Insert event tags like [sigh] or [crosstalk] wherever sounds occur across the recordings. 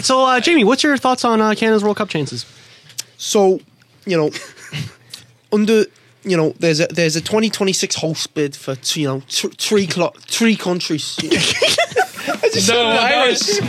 So, uh, Jamie, what's your thoughts on uh, Canada's World Cup chances? So, you know, [laughs] under you know, there's a there's a 2026 host bid for two, you know t- three clo- three countries. [laughs] No, Irish.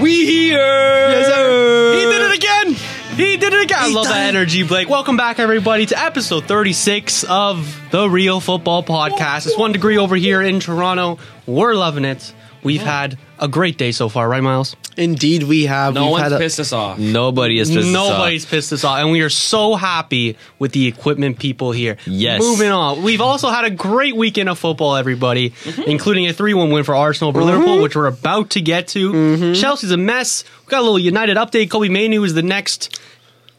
We here. He did it again. He did it again. I love that energy, Blake. Welcome back, everybody, to episode 36 of the Real Football Podcast. It's one degree over here in Toronto. We're loving it. We've had a great day so far, right, Miles? Indeed, we have. No We've one's had a- pissed us off. Nobody is uh, pissed us off. Nobody's pissed us off, and we are so happy with the equipment people here. Yes. Moving on, we've also had a great weekend of football, everybody, including a three-one win for Arsenal over Liverpool, which we're about to get to. Chelsea's a mess. We got a little United update. Kobe Mainoo is the next.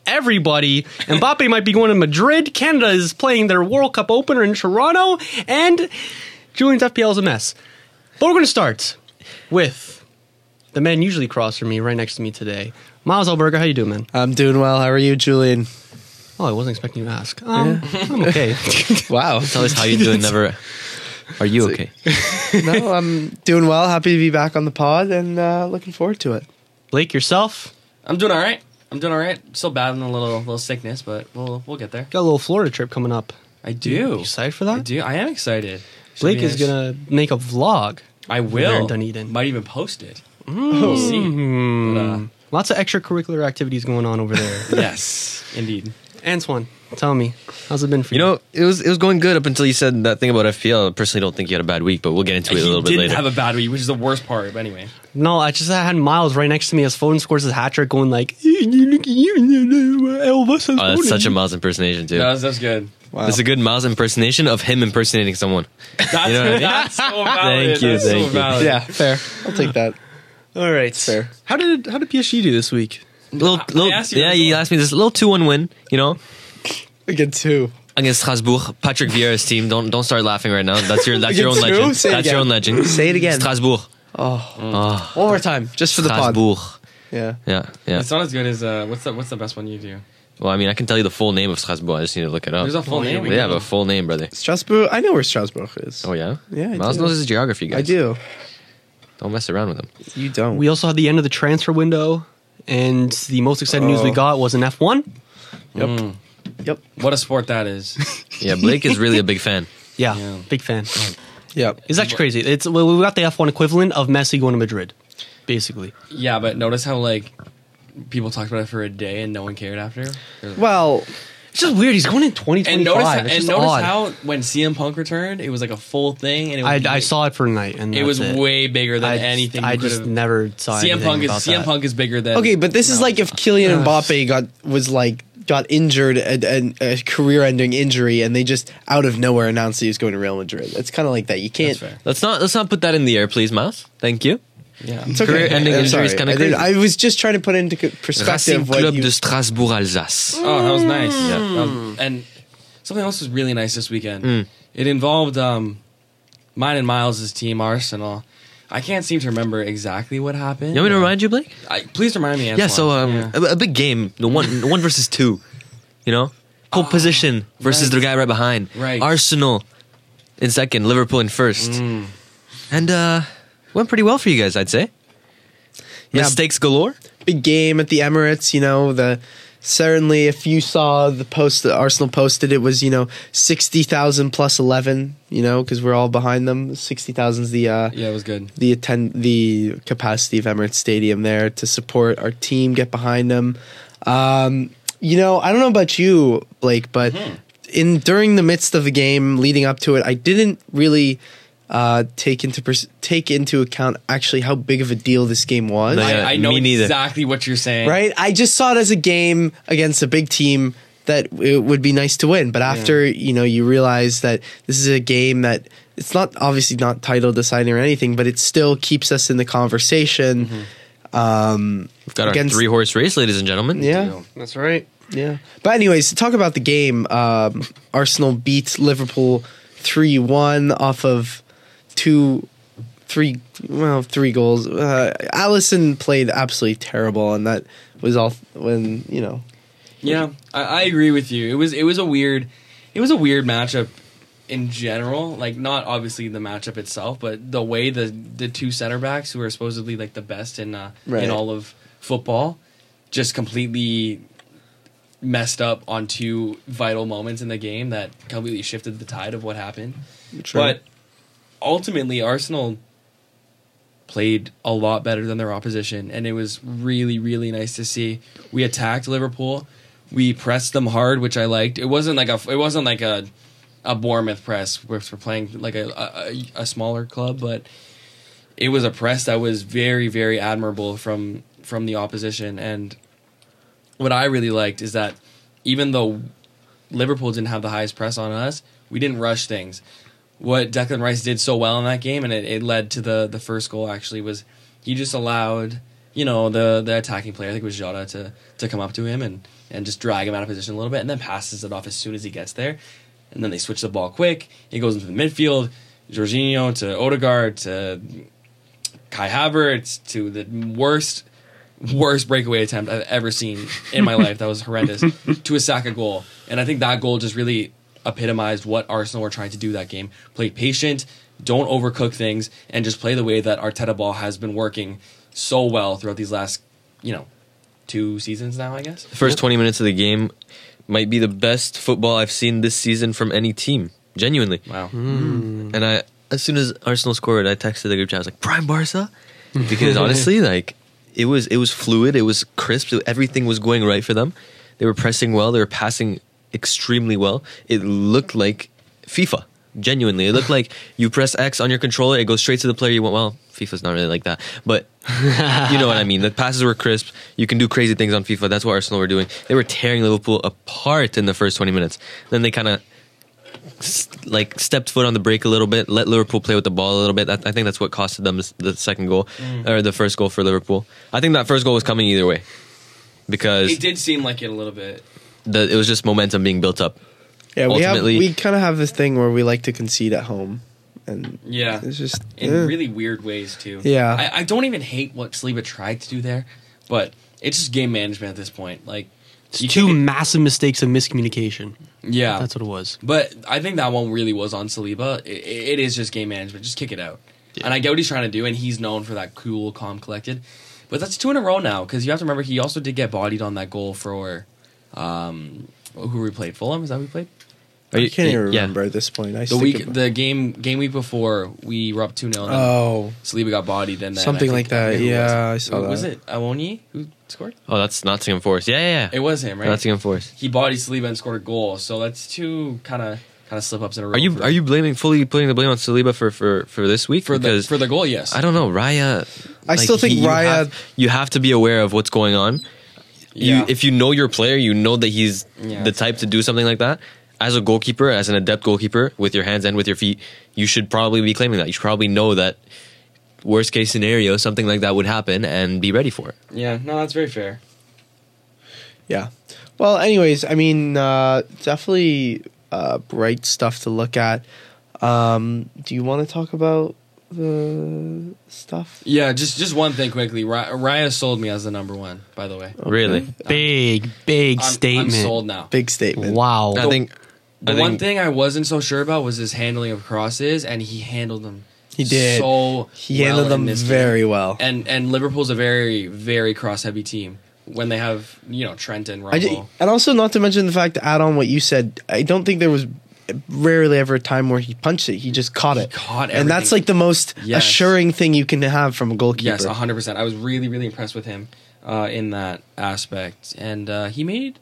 Everybody, Mbappe might be going to Madrid. Canada is playing their World Cup opener in Toronto, and Julian's FPL is a mess. But we're going to start with the man usually across from me, right next to me today, Miles Alberger. How you doing, man? I'm doing well. How are you, Julian? Oh, I wasn't expecting you to ask. Um, I'm okay. Wow. Tell us how [laughs] you doing. Never. Are you okay? [laughs] no, I'm doing well. Happy to be back on the pod and uh, looking forward to it. Blake, yourself I'm doing all right. I'm doing all right. Still battling a little little sickness, but we'll we'll get there. got a little Florida trip coming up. I do. You excited for I that? do. I am excited. Should Blake be is nice. gonna make a vlog. I there will. in Dunedin. Mm. Might even post it. We'll see. Hmm. But, uh, Lots of extracurricular activities going on over there. [laughs] yes, indeed. Antoine, tell me, how's it been for You you? know, it was it was going good up until you said that thing about FPL. I personally don't think you had a bad week, but we'll get into it a little he bit did later. have a bad week, which is the worst part. But anyway, no, I just I had Miles right next to me. His phone scores his hat trick, going like, "You look at you, uh, Elvis." has oh, that's voted." such a Miles impersonation too. that was, that was [laughs] good. Wow. It's a good Miles impersonation of him impersonating someone. That's, You know what I [laughs] mean? that's so valid. Thank you, That's thank so you. valid. yeah, fair. I'll take that. All right, Fair. How did how did PSG do this week? Little, I little, asked you yeah, this you one. asked me this little two-one win. You know, Again, two. against Strasbourg, Patrick Vieira's team. Don't don't start laughing right now. That's your that's your own Against who? Say legend. it That's your again. own legend. Say it again. Strasbourg. Mm. Ah. One more time, Oh, just for the pod. Strasbourg. Yeah. Yeah, yeah. It's not as good as uh, what's the what's the best one you do? Well, I mean, I can tell you the full name of Strasbourg. I just need to look it up. There's a full Oh, name. They have a full name, brother. Strasbourg. I know where Strasbourg is. Oh yeah. Yeah, I Miles do. knows his geography, guys. I do. Don't mess around with him. You don't. We also had the end of the transfer window, and the most exciting news we Oh. got was an F one. yep. Mm. Yep. What a sport that is. Yeah, Blake is really a big fan. Yeah, Yeah. big fan. Yep. It's actually crazy. It's well, we got the F one equivalent of Messi going to Madrid, basically. yeah, but notice how like people talked about it for a day and no one cared after. There's- Well, It's just weird. He's going in twenty And twenty notice, five. and notice how when CM Punk returned, it was like a full thing, and it I, was I saw it for a night, and it was that's way bigger than I, anything. I you could just have- never saw CM anything Punk is about CM that. Punk is bigger than okay, but this is like if [sighs] Kylian Mbappe got was like got injured and and a career-ending injury, and they just out of nowhere announced that he was going to Real Madrid. It's kind of like that. You can't. That's fair. Let's not let's not put that in the air, please, Miles. Thank you. Yeah, It's okay. Career-ending I'm injury is sorry. kinda I didn't- crazy. I was just trying to put into co- Racing perspective what Club you, de Strasbourg Alsace. Oh, that was nice. Um, and something else was really nice this weekend. It involved um, mine and Miles' team, Arsenal. I can't seem to remember exactly what happened. You want me to remind you, Blake? I, please remind me. Yeah. So Antoine. um, Yeah. A, a big game, the one the one versus two. You know, pole position versus right. the guy Ah, right behind. Right. Arsenal in second, Liverpool in first, and uh, went pretty well for you guys, I'd say. Yeah. Mistakes galore. big game at the Emirates. You know the certainly if you saw the post that Arsenal posted, it was you know sixty thousand plus eleven. You know because we're all behind them. Sixty thousand's the uh, yeah, it was good. the attend the capacity of Emirates Stadium there to support our team, get behind them. Um, you know, I don't know about you, Blake, but Hmm. in during the midst of the game, leading up to it, I didn't really. Uh, take into pers- take into account actually how big of a deal this game was No, yeah, I, I know me neither. exactly what you're saying. right? I just saw it as a game against a big team that it would be nice to win. But after you know, you realize that this is a game that it's not obviously not title deciding or anything, but it still keeps us in the conversation. Um, We've got Against- our three horse race, ladies and gentlemen. yeah, That's right. yeah. But anyways, to talk about the game, um, Arsenal beat Liverpool three one off of two. Three, well, three goals. Uh, Allison played absolutely terrible, and that was all when you know Yeah, I, I agree with you. It was it was a weird, it was a weird matchup in general, like not obviously the matchup itself, but the way the the two center backs who are supposedly like the best in uh, Right. in all of football just completely messed up on two vital moments in the game that completely shifted the tide of what happened. True. But ultimately, Arsenal played a lot better than their opposition, and it was really, really nice to see. We attacked Liverpool, we pressed them hard, which I liked. It wasn't like a, it wasn't like a, a Bournemouth press, which we're playing like a a, a smaller club, but it was a press that was very, very admirable from from the opposition. And what I really liked is that even though Liverpool didn't have the highest press on us, we didn't rush things what Declan Rice did so well in that game, and it, it led to the the first goal. Actually, was he just allowed you know the the attacking player, I think it was Jota, to to come up to him and and just drag him out of position a little bit, and then passes it off as soon as he gets there, and then they switch the ball quick. It goes into the midfield, Jorginho to Odegaard to Kai Havertz to the worst worst breakaway attempt I've ever seen in my life. That was horrendous. to a Saka goal, and I think that goal just really epitomized what Arsenal were trying to do that game. Play patient, don't overcook things, and just play the way that Arteta ball has been working so well throughout these last, you know, two seasons now. I guess. The first 20 minutes of the game might be the best football I've seen this season from any team, genuinely. Wow. And I, as soon as Arsenal scored, I texted the group chat. I was like, "Prime Barca," [laughs] because honestly, like it was it was fluid, it was crisp, everything was going right for them. They were pressing well, they were passing extremely well. It looked like FIFA. Genuinely, it looked like you press X on your controller, it goes straight to the player you want. Well, FIFA's not really like that, but you know what I mean. The passes were crisp. You can do crazy things on FIFA. That's what Arsenal were doing. They were tearing Liverpool apart in the first 20 minutes. Then they kind of like stepped foot on the brake a little bit, let Liverpool play with the ball a little bit. That, I think that's what costed them s- the second goal Mm. or the first goal for Liverpool. I think that first goal was coming either way because It did seem like it a little bit. the, it was just momentum being built up. yeah, we have ultimately- we kind of have this thing where we like to concede at home, and Yeah. it's just in eh. really weird ways too. Yeah. I, I don't even hate what Saliba tried to do there, but it's just game management at this point. Like It's you two can't- massive mistakes of miscommunication. yeah, That's what it was. But I think that one really was on Saliba. It, it is just game management. Just kick it out. And I get what he's trying to do, and he's known for that cool, calm, collected. But that's two in a row now because you have to remember he also did get bodied on that goal for um, who we played Fulham. Is that who we played? Are I you- can't even yeah. remember at this point. I The stick week, about- the game, game week before we were up two 0 oh Saliba got bodied, and then I Something think- like that. I forget who it was. Yeah, I saw Who- Was that. it Awoni who scored? Oh, that's Nottingham Forest. Yeah, yeah, yeah. It was him, right? Nottingham Forest. he bodied Saliba and scored a goal. So that's two kind of kind of slip ups in a row. Are you for- are you blaming fully putting the blame on Saliba for for for this week? for the Because for the goal? Yes, I don't know, Raya. I still think you Raya- have- you have to be aware of what's going on. Yeah. you if you know your player, you know that he's Yeah. the type to do something like that. As a goalkeeper, as an adept goalkeeper, with your hands and with your feet, you should probably be claiming that. You should probably know that worst case scenario, something like that would happen, and be ready for it. yeah, no, that's very fair. yeah. Well, anyways, I mean, uh, definitely uh, bright stuff to look at. Um, do you want to talk about the stuff? Yeah, just just one thing quickly. Ry- Raya sold me as the number one. By the way, Really, Big, big I'm, statement. I'm sold now. Big statement. Wow. I think The I one think- thing I wasn't so sure about was his handling of crosses, and he handled them. He did. So He well handled in them this game. very well. And and Liverpool's a very very cross heavy team when they have you know Trent and I Rumble. ju- and also not to mention the fact to add on what you said, I don't think there was rarely ever a time where he punched it. He just caught it. caught and that's everything. like the most Yes. assuring thing you can have from a goalkeeper. Yes, 100%. I was really, really impressed with him uh, in that aspect. And uh, he made.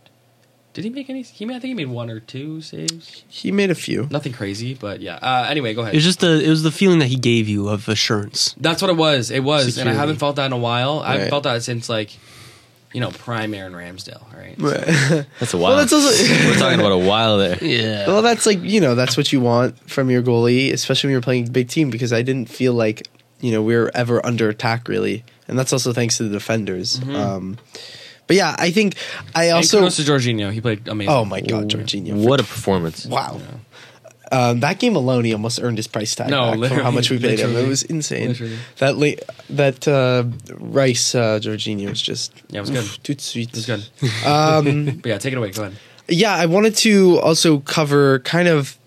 Did he make any? He made, I think he made one or two saves. he made a few. Nothing crazy, but yeah. Uh, anyway, go ahead. it was just the it was the feeling that he gave you of assurance. That's what it was. It was. And Security. I haven't felt that in a while. I Right. haven't felt that since, like, you know, prime Aaron Ramsdale, right? that's a [laughs] while. Well, that's also- [laughs] We're [laughs] talking about a while there. Yeah. Well, that's like you know that's what you want from your goalie, especially when you're playing a big team. Because I didn't feel like you know we were ever under attack really, and that's also thanks to the defenders. Um, but yeah, I think I Mm-hmm. And also kudos to Jorginho. He played amazing. oh my god, Jorginho, What a performance! wow. Um, that game alone, he almost earned his price tag No, back for how literally, much we paid him. It literally, was insane. literally. That la- that uh, Rice uh, Jorginho was just Yeah, it was good. oof, tout de suite. It was good. Um, [laughs] But yeah, take it away. Go ahead. yeah, I wanted to also cover kind of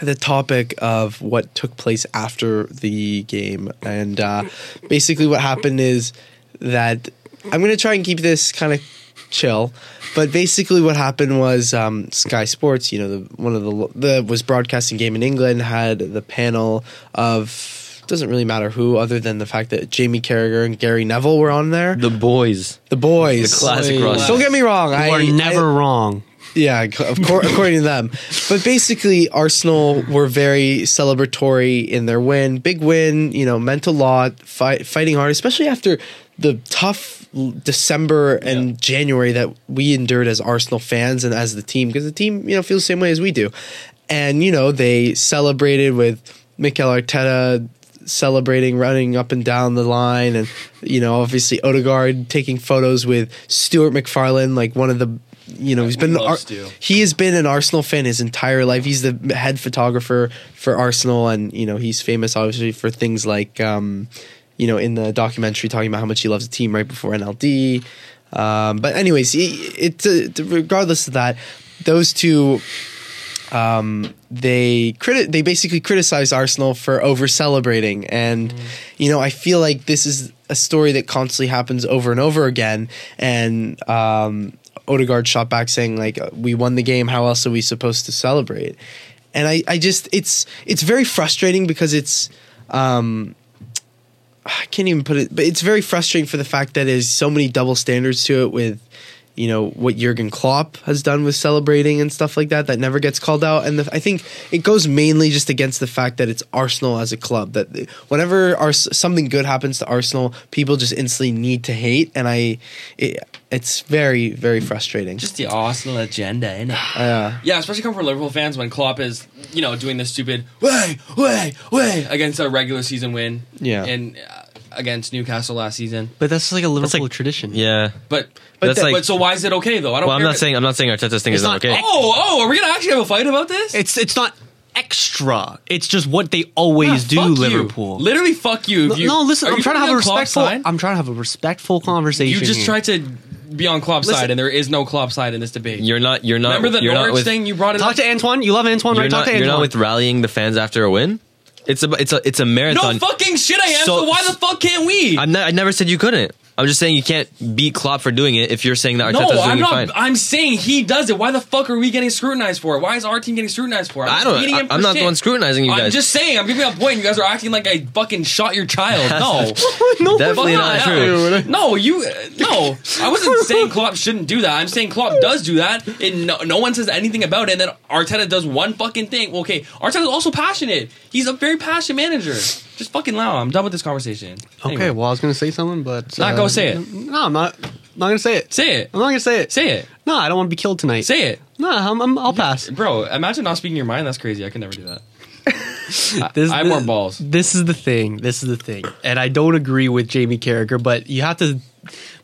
the topic of what took place after the game. And uh, basically, what happened is that I'm going to try and keep this kind of chill. But basically, what happened was um, Sky Sports, you know, the, one of the, lo- the was broadcasting game in England, had the panel of. Doesn't really matter who, other than the fact that Jamie Carragher and Gary Neville were on there. The, The boys. boys, The classic Boys. Ross. Don't get me wrong, You I are I- never wrong. yeah, c- of course, according to them. But basically, Arsenal were very celebratory in their win. Big win, you know, meant a lot, fight, fighting hard, especially after the tough l- December and January that we endured as Arsenal fans and as the team, because the team, you know, feels the same way as we do. And, you know, they celebrated with Mikel Arteta celebrating running up and down the line and you know obviously Odegaard taking photos with Stuart McFarlane like one of the you know he's been an love Ar- Stu. he has been an Arsenal fan his entire life he's the head photographer for Arsenal and you know he's famous obviously for things like um you know in the documentary talking about how much he loves the team right before NLD um but anyways he, it's uh, regardless of that those two um, they criti- they basically criticized Arsenal for over celebrating and you know I feel like this is a story that constantly happens over and over again and um Odegaard shot back saying like uh, we won the game how else are we supposed to celebrate and I I just it's it's very frustrating because it's I can't even put it, but it's very frustrating for the fact that there's so many double standards to it with, you know, what Jurgen Klopp has done with celebrating and stuff like that that never gets called out. And the, I think it goes mainly just against the fact that it's Arsenal as a club that the- whenever Ars- something good happens to Arsenal, people just instantly need to hate. And I, it, it's very very frustrating. uh, Just the Arsenal agenda, innit? yeah. [sighs] Yeah, especially coming from Liverpool fans when Klopp is, you know, doing this stupid way, way, way against a regular season win. Yeah. And uh, against Newcastle last season. But that's like a Liverpool like- tradition. Yeah. But But but, that's like- but so why is it okay though? I don't. Well, I'm care not if- saying I'm not saying Arteta's thing It's is not not okay. all- Oh, oh, are we gonna actually have a fight about this? It's it's not extra. It's just what they always Yeah, do. fuck you. Liverpool. Literally, fuck you. if No, you- no, listen. Are I'm you trying to have a gonna be on Klopp's respectful. side? I'm trying to have a respectful conversation. You just here. tried to be on Klopp's Listen- side, and there is no Klopp side in this debate. You're not. You're not. Remember the you're Norwich not with, thing? You brought it talk up. to Antoine. You love Antoine, You're right? not, talk to you're Antoine. not with rallying the fans after a win. It's a. It's a. It's a no marathon. fucking shit, I am. So, So- why the fuck can't we? I'm not, I never said you couldn't. I'm just saying you can't beat Klopp for doing it if you're saying that Arteta's no, doing I'm it not. fine. I'm saying he does it. Why the fuck are we getting scrutinized for it? Why is our team getting scrutinized for it? I just don't. beating I, him for I'm not the shit. one scrutinizing you I'm guys. just saying. I'm giving you a point. You guys are acting like I fucking shot your [laughs] child. No. [laughs] [laughs] no, Definitely Fuck not that. true. No, you. uh, No, I wasn't saying Klopp shouldn't do that. I'm saying Klopp does do that, and no, no one says anything about it. And then Arteta does one fucking thing. Well, okay, Arteta's also passionate. He's a very passionate manager. Just fucking loud. I'm done with this conversation. Okay, Anyway, well, I was gonna say something, but um, Nah, go say it. No, I'm not. I'm not gonna say it. say it. I'm not gonna say it. Say it. No, I don't want to be killed tonight. Say it, No, I'm, I'm, I'll pass. bro. Imagine not speaking your mind. That's crazy. I can never do that. [laughs] This, I have more balls. This is the thing. This is the thing. And I don't agree with Jamie Carragher, but you have to,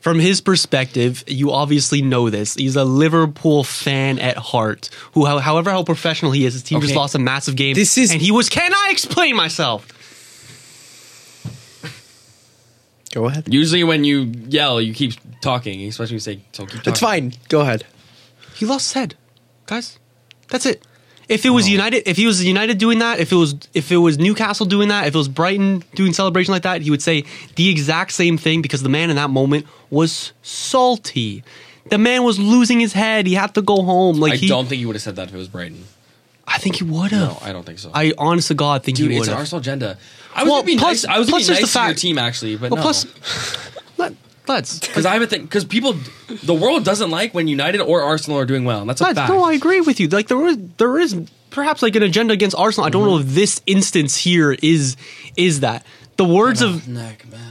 from his perspective, you obviously know this. He's a Liverpool fan at heart. Who, how- however, how professional he is, his team just Okay. lost a massive game. This is- and he was. Can I explain myself? Go ahead. Usually, when you yell, you keep talking, especially when you say, "So keep talking." It's fine. Go ahead. He lost his head, guys. That's it. If it was United, if he was United doing that, if it was if it was Newcastle doing that, if it was Brighton doing celebration like that, he would say the exact same thing because the man in that moment was salty. The man was losing his head. He had to go home. Like I he, don't think you would have said that if it was Brighton. I think he would No, have. I don't think so. I, honest to God think Dude, he it's would an have. Arsenal agenda. I was Well, gonna be plus- nice. I was plus there's gonna the be nice to your fact- team actually, but Well, no. plus, let, let's. Because I have a thing. Because people, the world doesn't like when United or Arsenal are doing well. And that's a That's- fact. No, I agree with you. Like there is, there is perhaps like an agenda against Arsenal. I don't know Mm-hmm. if this instance here is is that the words of Neck, man.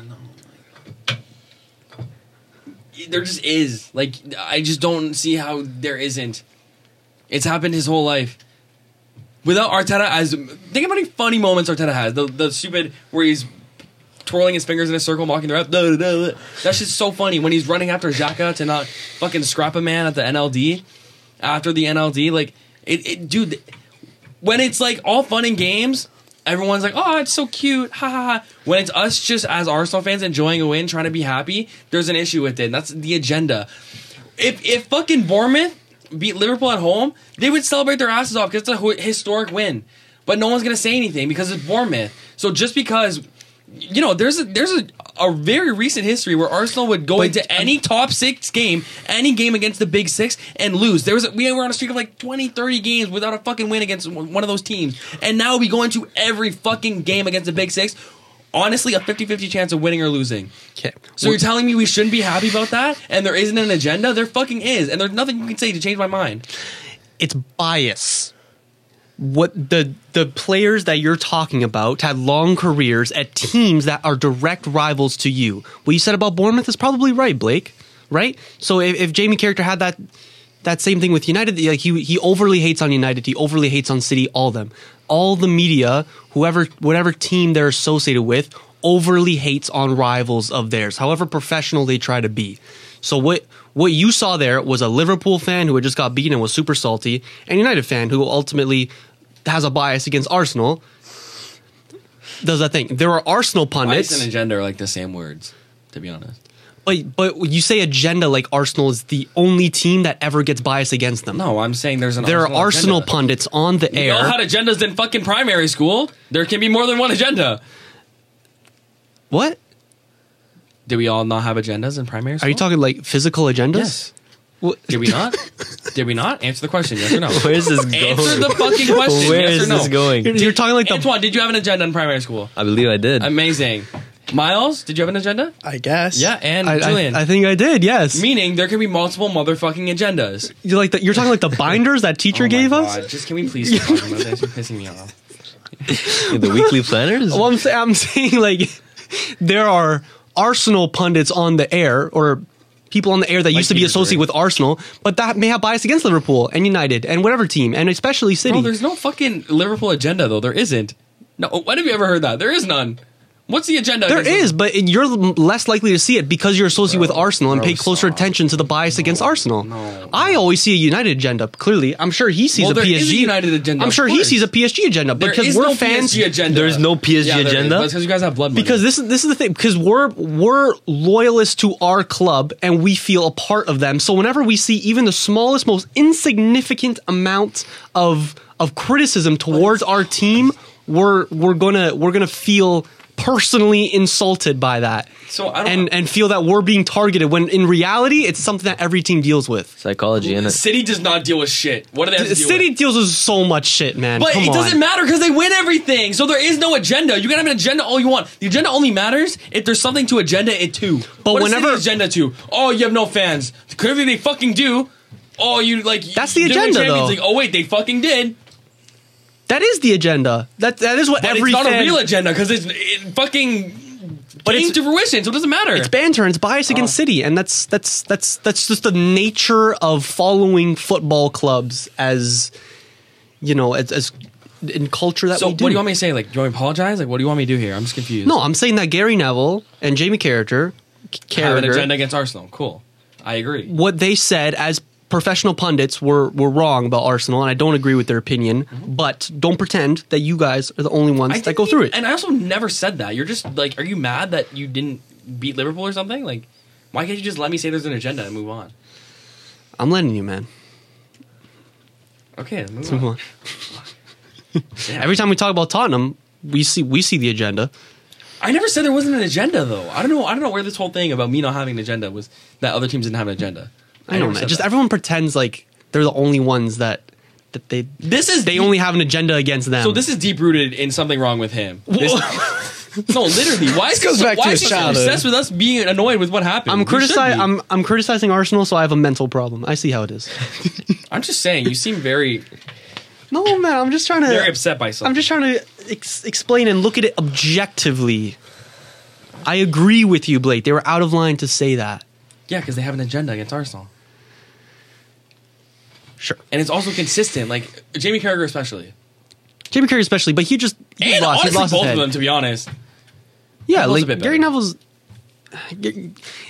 There just is. Like I just don't see how there isn't. It's happened his whole life. Without Arteta, as think about any funny moments Arteta has. The the stupid where he's twirling his fingers in a circle, mocking the ref. Blah, blah, blah, blah. That shit's so funny when he's running after Xhaka to not fucking scrap a man at the NLD. After the NLD, like it, it dude. When it's like all fun and games, everyone's like, "Oh, it's so cute!" Ha ha ha. When it's us just as Arsenal fans enjoying a win, trying to be happy, there's an issue with it. And that's the agenda. If if fucking Bournemouth beat Liverpool at home, they would celebrate their asses off because it's a ho- historic win. But no one's gonna say anything because it's Bournemouth. So just because you know, there's a there's a, a very recent history where Arsenal would go into any top six game, any game against the big six, and lose. There was a, we were on a streak of like 20, 30 games without a fucking win against one one of those teams, and now we go into every fucking game against the big six. Honestly, a 50-50 chance of winning or losing. Okay. So you're telling me we shouldn't be happy about that? And there isn't an agenda? There fucking is, and there's nothing you can say to change my mind. it's bias. What the the players that you're talking about had long careers at teams that are direct rivals to you. What you said about Bournemouth is probably right, Blake. Right? So if, if Jamie character had that that same thing with United, like he he overly hates on United, he overly hates on City, all of them. All the media, whoever whatever team they're associated with, overly hates on rivals of theirs, however professional they try to be. So what what you saw there was a Liverpool fan who had just got beaten and was super salty, and United fan who ultimately has a bias against Arsenal. Does that thing? There are Arsenal Bias pundits, and agenda are like the same words, to be honest. but but you say agenda like Arsenal is the only team that ever gets bias against them. No, I'm saying there's an there are Arsenal agenda. pundits on the You all air. had agendas than fucking primary school. There can be more than one agenda. what Do we all not have agendas in primary school? are you talking like physical agendas? Yes. What- Did we [laughs] not? Did we not? Answer the question, yes or no? Where's this [laughs] going? Answer the fucking question, Where yes is or no? this going? You're, you're talking like the Antoine, did you have an agenda in primary school? I believe I [laughs] did. Amazing. Miles, did you have an agenda? I guess. Yeah, and I, Julian. I, I think I did. Yes, Meaning there can be multiple motherfucking agendas. you're like the, you're talking [laughs] like the binders that teacher Oh my gave us. God, Just can we please stop talking about this? You're pissing [laughs] me off. the [laughs] weekly planners? Well, I'm, say- I'm saying like [laughs] there are Arsenal pundits on the air or people on the air that used to be Peter associated Drury. with Arsenal, but that may have bias against Liverpool and United and whatever team and especially City. Bro, there's no fucking Liverpool agenda though. There isn't. No, when have you ever heard that? There is none. What's the agenda? there against- is, but you're l- less likely to see it because you're associated with Arsenal and bro, pay closer stop. attention to the bias against Arsenal. no. I always see a United agenda. Clearly, I'm sure he sees Well, a there PSG is a United agenda, I'm of sure he course. sees a PSG agenda There because is we're no fans. PSG agenda. There's no PSG Yeah, there is, agenda? but it's because you guys have blood money. because this is this is the thing because we're we're loyalist to our club and we feel a part of them so whenever we see even the smallest most insignificant amount of of criticism towards our team we're we're gonna we're gonna feel personally insulted by that So I don't- and and feel that we're being targeted when in reality it's something that every team deals with Psychology, innit? City does not deal with shit. What do they have to deal city with? deals with so much shit man But Come it on. doesn't matter because they win everything. So there is no agenda. You can have an agenda all you want. The agenda only matters if there's something to agenda it to. But What is whenever- City's agenda to, oh, you have no fans. Clearly they fucking do. Oh, you like That's the they're in agenda, Champions though. League. Oh wait, they fucking did. that is the agenda that that is what But every it's not fan- a real agenda because it's it fucking But came it's- to fruition, so it doesn't matter. it's banter and it's bias against Oh. City, and that's that's that's that's just the nature of following football clubs as you know as, as in culture that so we what do. do you want me to say? Like, do you want me to apologize? Like, what do you want me to do here? I'm just confused. no, I'm saying that Gary Neville and Jamie Carragher, have an agenda Carragher, against Arsenal. Cool, I agree. what they said as professional pundits were were wrong about Arsenal, and I don't agree with their opinion. But don't pretend that you guys are the only ones that think go you- through it. And Mm-hmm. I also never said that. You're just like, are you mad that you didn't beat Liverpool or something? Like, why can't you just let me say there's an agenda and move on? I'm letting you, man. Okay, move Come on. on. [laughs] Damn. Every time we talk about Tottenham, we see we see the agenda. I never said there wasn't an agenda though. I don't know. I don't know where this whole thing about me not having an agenda was that other teams didn't have an agenda. I know, never man. said Just that. everyone pretends like they're the only ones that that they This is they only have an agenda against them. So this is deep rooted in something wrong with him. This- [laughs] no, literally. Why is goes he so- back to why his is he so childhood. obsessed with us being annoyed with what happened? I'm We should criticizing. be. I'm I'm criticizing Arsenal, so I have a mental problem. I see how it [laughs] is. I'm just saying. You seem very no, man. I'm just trying to. very upset by something. I'm just trying to ex- explain and look at it objectively. I agree with you, Blake. They were out of line to say that. yeah, because they have an agenda against Arsenal, Sure. and it's also consistent. Like Jamie Carragher, especially, Jamie Carragher especially, but he just he and lost. honestly, He lost his both head. of them. To be honest, Yeah, Neville's a like bit Gary better. Neville's. [sighs]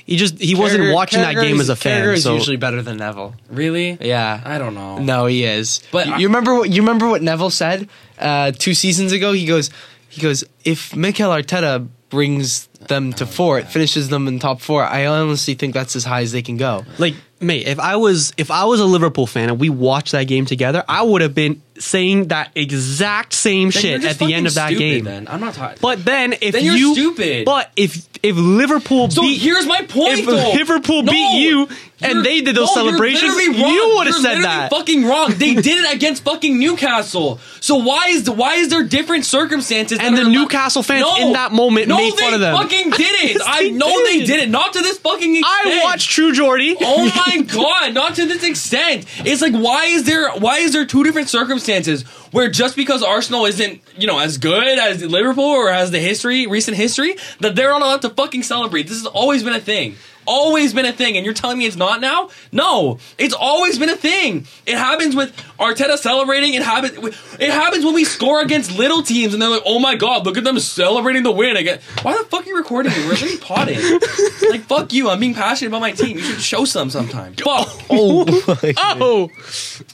He just he wasn't Carragher- watching that Carragher game is- as a fan. Carragher is So usually better than Neville. really, Yeah. I don't know. No, he is. But But you, I- you remember what you remember what Neville said uh, two seasons ago. He goes, he goes. If Mikel Arteta brings them to four. It finishes them in top four. I honestly think that's as high as they can go. Like, mate, if I was if I was a Liverpool fan and we watched that game together, I would have been saying that exact same Then you're shit just at the fucking end of that stupid game. Then I'm not talking. But then if Then you're you stupid. But if if Liverpool so beat here's my point. if though. Liverpool No, beat you you're- and they did those no, you're celebrations, literally wrong. you would have You're said literally that. Fucking wrong. [laughs] They did it against fucking Newcastle. So why is the, why is there different circumstances? And that the are allo- Newcastle fans in that moment no, made fun they of them. Fucking did it. [laughs] Yes, I they know they did. did it. Not to this fucking extent. I watched True Jordy. Oh my god, not to this extent. It's like why is there why is there two different circumstances where just because Arsenal isn't, you know, as good as Liverpool or has the history, recent history, that they're not allowed to fucking celebrate. This has always been a thing. Always been a thing, and you're telling me it's not now? No, it's always been a thing. It happens with Arteta celebrating. It happens. It happens when we score against little teams, and they're like, "Oh my god, look at them celebrating the win!" Again, why the fuck are you recording me? We're already potted. like, fuck you. I'm being passionate about my team. You should show some sometime. Fuck. [laughs] Oh,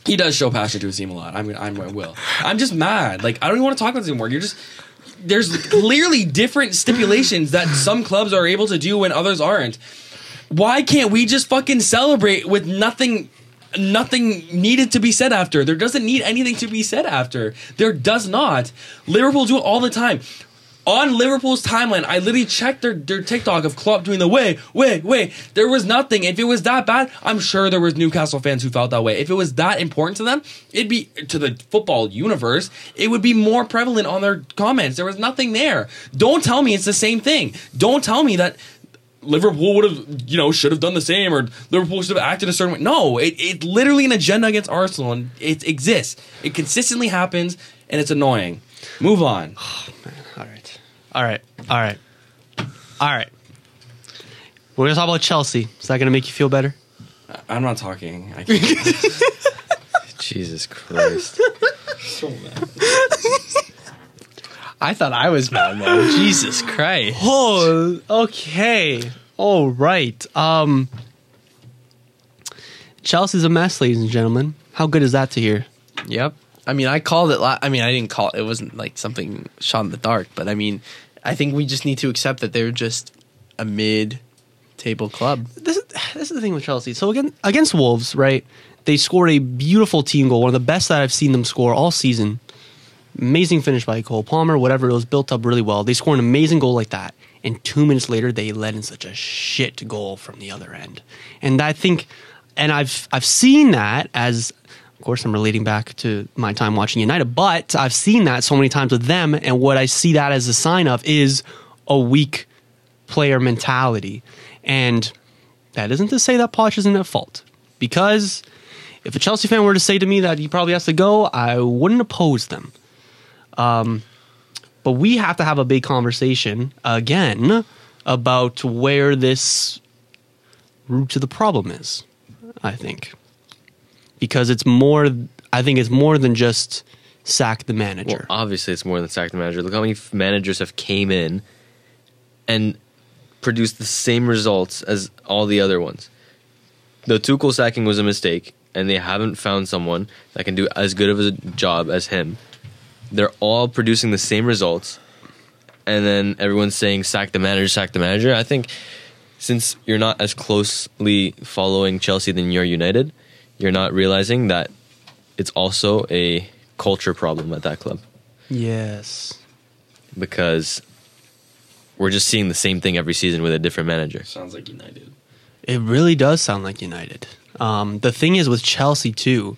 He does show passion to his team a lot. I'm, I'm, I will. I'm just mad. Like, I don't even want to talk about this anymore. You're just. There's clearly different stipulations that some clubs are able to do and others aren't. Why can't we just fucking celebrate with nothing? Nothing needed to be said after. There doesn't need anything to be said after. There does not. Liverpool do it all the time. On Liverpool's timeline, I literally checked their, their TikTok of Klopp doing the way, way, way. There was nothing. If it was that bad, I'm sure there was Newcastle fans who felt that way. If it was that important to them, it'd be to the football universe. It would be more prevalent on their comments. There was nothing there. Don't tell me it's the same thing. Don't tell me that Liverpool would have, you know, should have done the same, or Liverpool should have acted a certain way. No, it, it's literally an agenda against Arsenal, and it exists. It consistently happens, and it's annoying. Move on. all [sighs] right, [laughs] all right, all right, all right. We're gonna talk about Chelsea. Is that gonna make you feel better? I'm not talking. I [laughs] can't. [laughs] Jesus Christ. [laughs] I thought I was mad though. Jesus Christ. Oh, okay. All right. Um, Chelsea's a mess, ladies and gentlemen. How good is that to hear? Yep. I mean, I called it. La- I mean, I didn't call it. It wasn't like something shot in the dark, but I mean, I think we just need to accept that they're just a mid-table club. This is, this is the thing with Chelsea. So again, against Wolves, right? They scored a beautiful team goal, one of the best that I've seen them score all season. Amazing finish by Cole Palmer, whatever. It was built up really well. They score an amazing goal like that, and two minutes later, they let in such a shit goal from the other end. And I think, and I've I've seen that as, of course, I'm relating back to my time watching United, but I've seen that so many times with them, and what I see that as a sign of is a weak player mentality, and that isn't to say that Poch isn't at fault, because if a Chelsea fan were to say to me that he probably has to go, I wouldn't oppose them. Um, but we have to have a big conversation again about where this root to the problem is. I think because it's more. I think it's more than just sack the Well, manager. obviously, it's more than sack the manager. Look how many f- managers have came in and produced the same results as all the other ones. The Tuchel sacking was a mistake, and they haven't found someone that can do as good of a job as him. They're all producing the same results, and then everyone's saying sack the manager, sack the manager. I think since you're not as closely following Chelsea than you're United, you're not realizing that it's also a culture problem at that club yes. because we're just seeing the same thing every season with a different manager. Sounds like United. It really does sound like United. Um, the thing is with Chelsea too,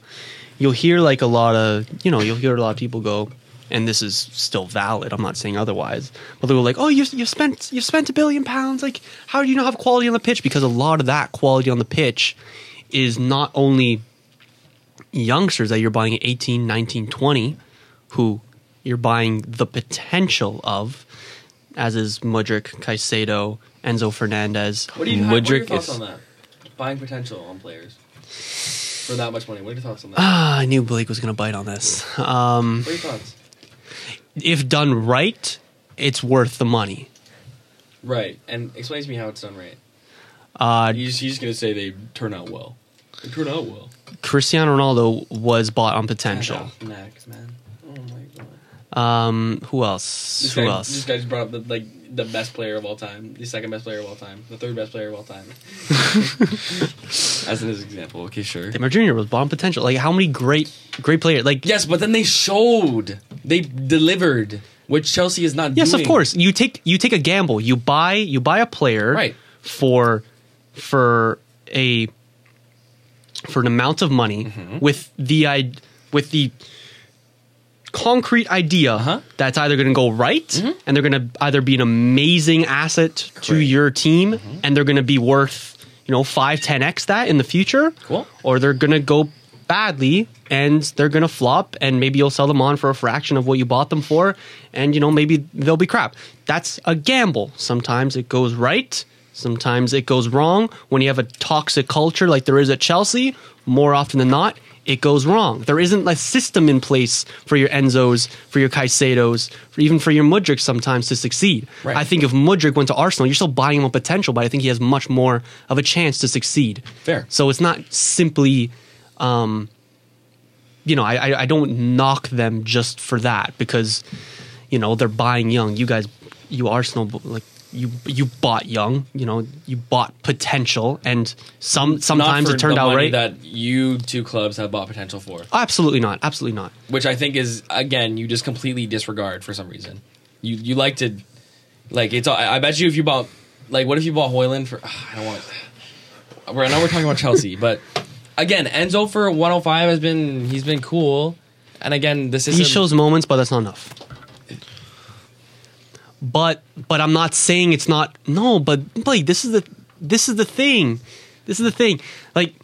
you'll hear like a lot of you know you'll hear a lot of people go, and this is still valid. I'm not saying otherwise, but they'll go like, oh, you've you've spent you've spent a billion pounds. Like, how do you not have quality on the pitch? Because a lot of that quality on the pitch is not only youngsters that you're buying at 18, 19, 20, who you're buying the potential of, as is Mudrick, Caicedo, Enzo Fernandez. What do you? What are your Mudryk thoughts is- on that? Buying potential on players for that much money. What are your thoughts on that? Ah, I knew Blake was going to bite on this. Um, What are your thoughts? if done right, it's worth the money. Right, and explain to me how it's done right. Uh, You just, you're just gonna say they turn out well. They turn out well. Cristiano Ronaldo was bought on potential. Next man. Oh my god. Um, who else? This who guy, else? This guy just brought up the, like the best player of all time, the second best player of all time, the third best player of [laughs] all time. As an example, okay, sure. Neymar Jr. was bomb potential. Like how many great great players? Like Yes, but then they showed, they delivered, which Chelsea is not. yes, doing. of course. You take you take a gamble. You buy you buy a player Right. for for a for an amount of money Mm-hmm. with the i with the concrete idea Uh-huh. Mm-hmm. that's either going to go right and they're going to either be an amazing asset to Correct. your team Mm-hmm. and they're going to be worth you know 5 10x that in the future Cool. or they're going to go badly and they're going to flop and maybe you'll sell them on for a fraction of what you bought them for and you know maybe they'll be crap that's a gamble sometimes it goes right sometimes it goes wrong when you have a toxic culture like there is at Chelsea more often than not it goes wrong there isn't a system in place for your Enzos for your Caicedos for even for your Mudrik sometimes to succeed Right. I think if Mudrik went to Arsenal you're still buying him on potential but I think he has much more of a chance to succeed Fair. so it's not simply, um, you know, I, I, I don't knock them just for that because, you know, they're buying young. You guys, you Arsenal, like you you bought young. You know, you bought potential, and some sometimes Not for it turned the out money right. That you two clubs have bought potential for, absolutely not. Absolutely not. which I think is again you just completely disregard for some reason. You you like to, like it's. I I bet you if you bought, like, what if you bought Hoyland for? [sighs] I don't want. We're I know we're talking about Chelsea, but again, Enzo for 105 has been he's been cool, and again this is He shows moments, but that's not enough. But but I'm not saying it's not no. But Blake, this is the this is the thing. This is the thing. Like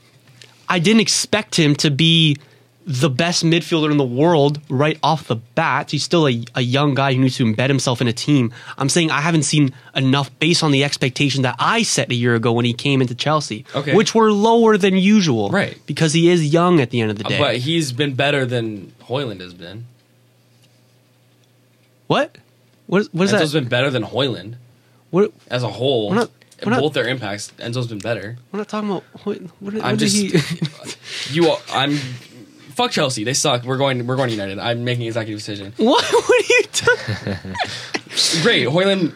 I didn't expect him to be the best midfielder in the world right off the bat. He's still a, a young guy who needs to embed himself in a team. I'm saying I haven't seen enough based on the expectation that I set a year ago when he came into Chelsea, Okay. which were lower than usual, Right. Uh, Because he is young at the end of the day. but he's been better than Hoyland has been. what? What is, what is Enzo's that? been better than Hoyland What, as a whole. We're not- and we're not- both their impacts, Enzo's been better. We're not talking about what, what, I'm what did just he- [laughs] [laughs] you. Are, I'm fuck Chelsea. They suck. We're going. We're going to United. I'm making an executive decision. what? What are you talking? Great. Hoyland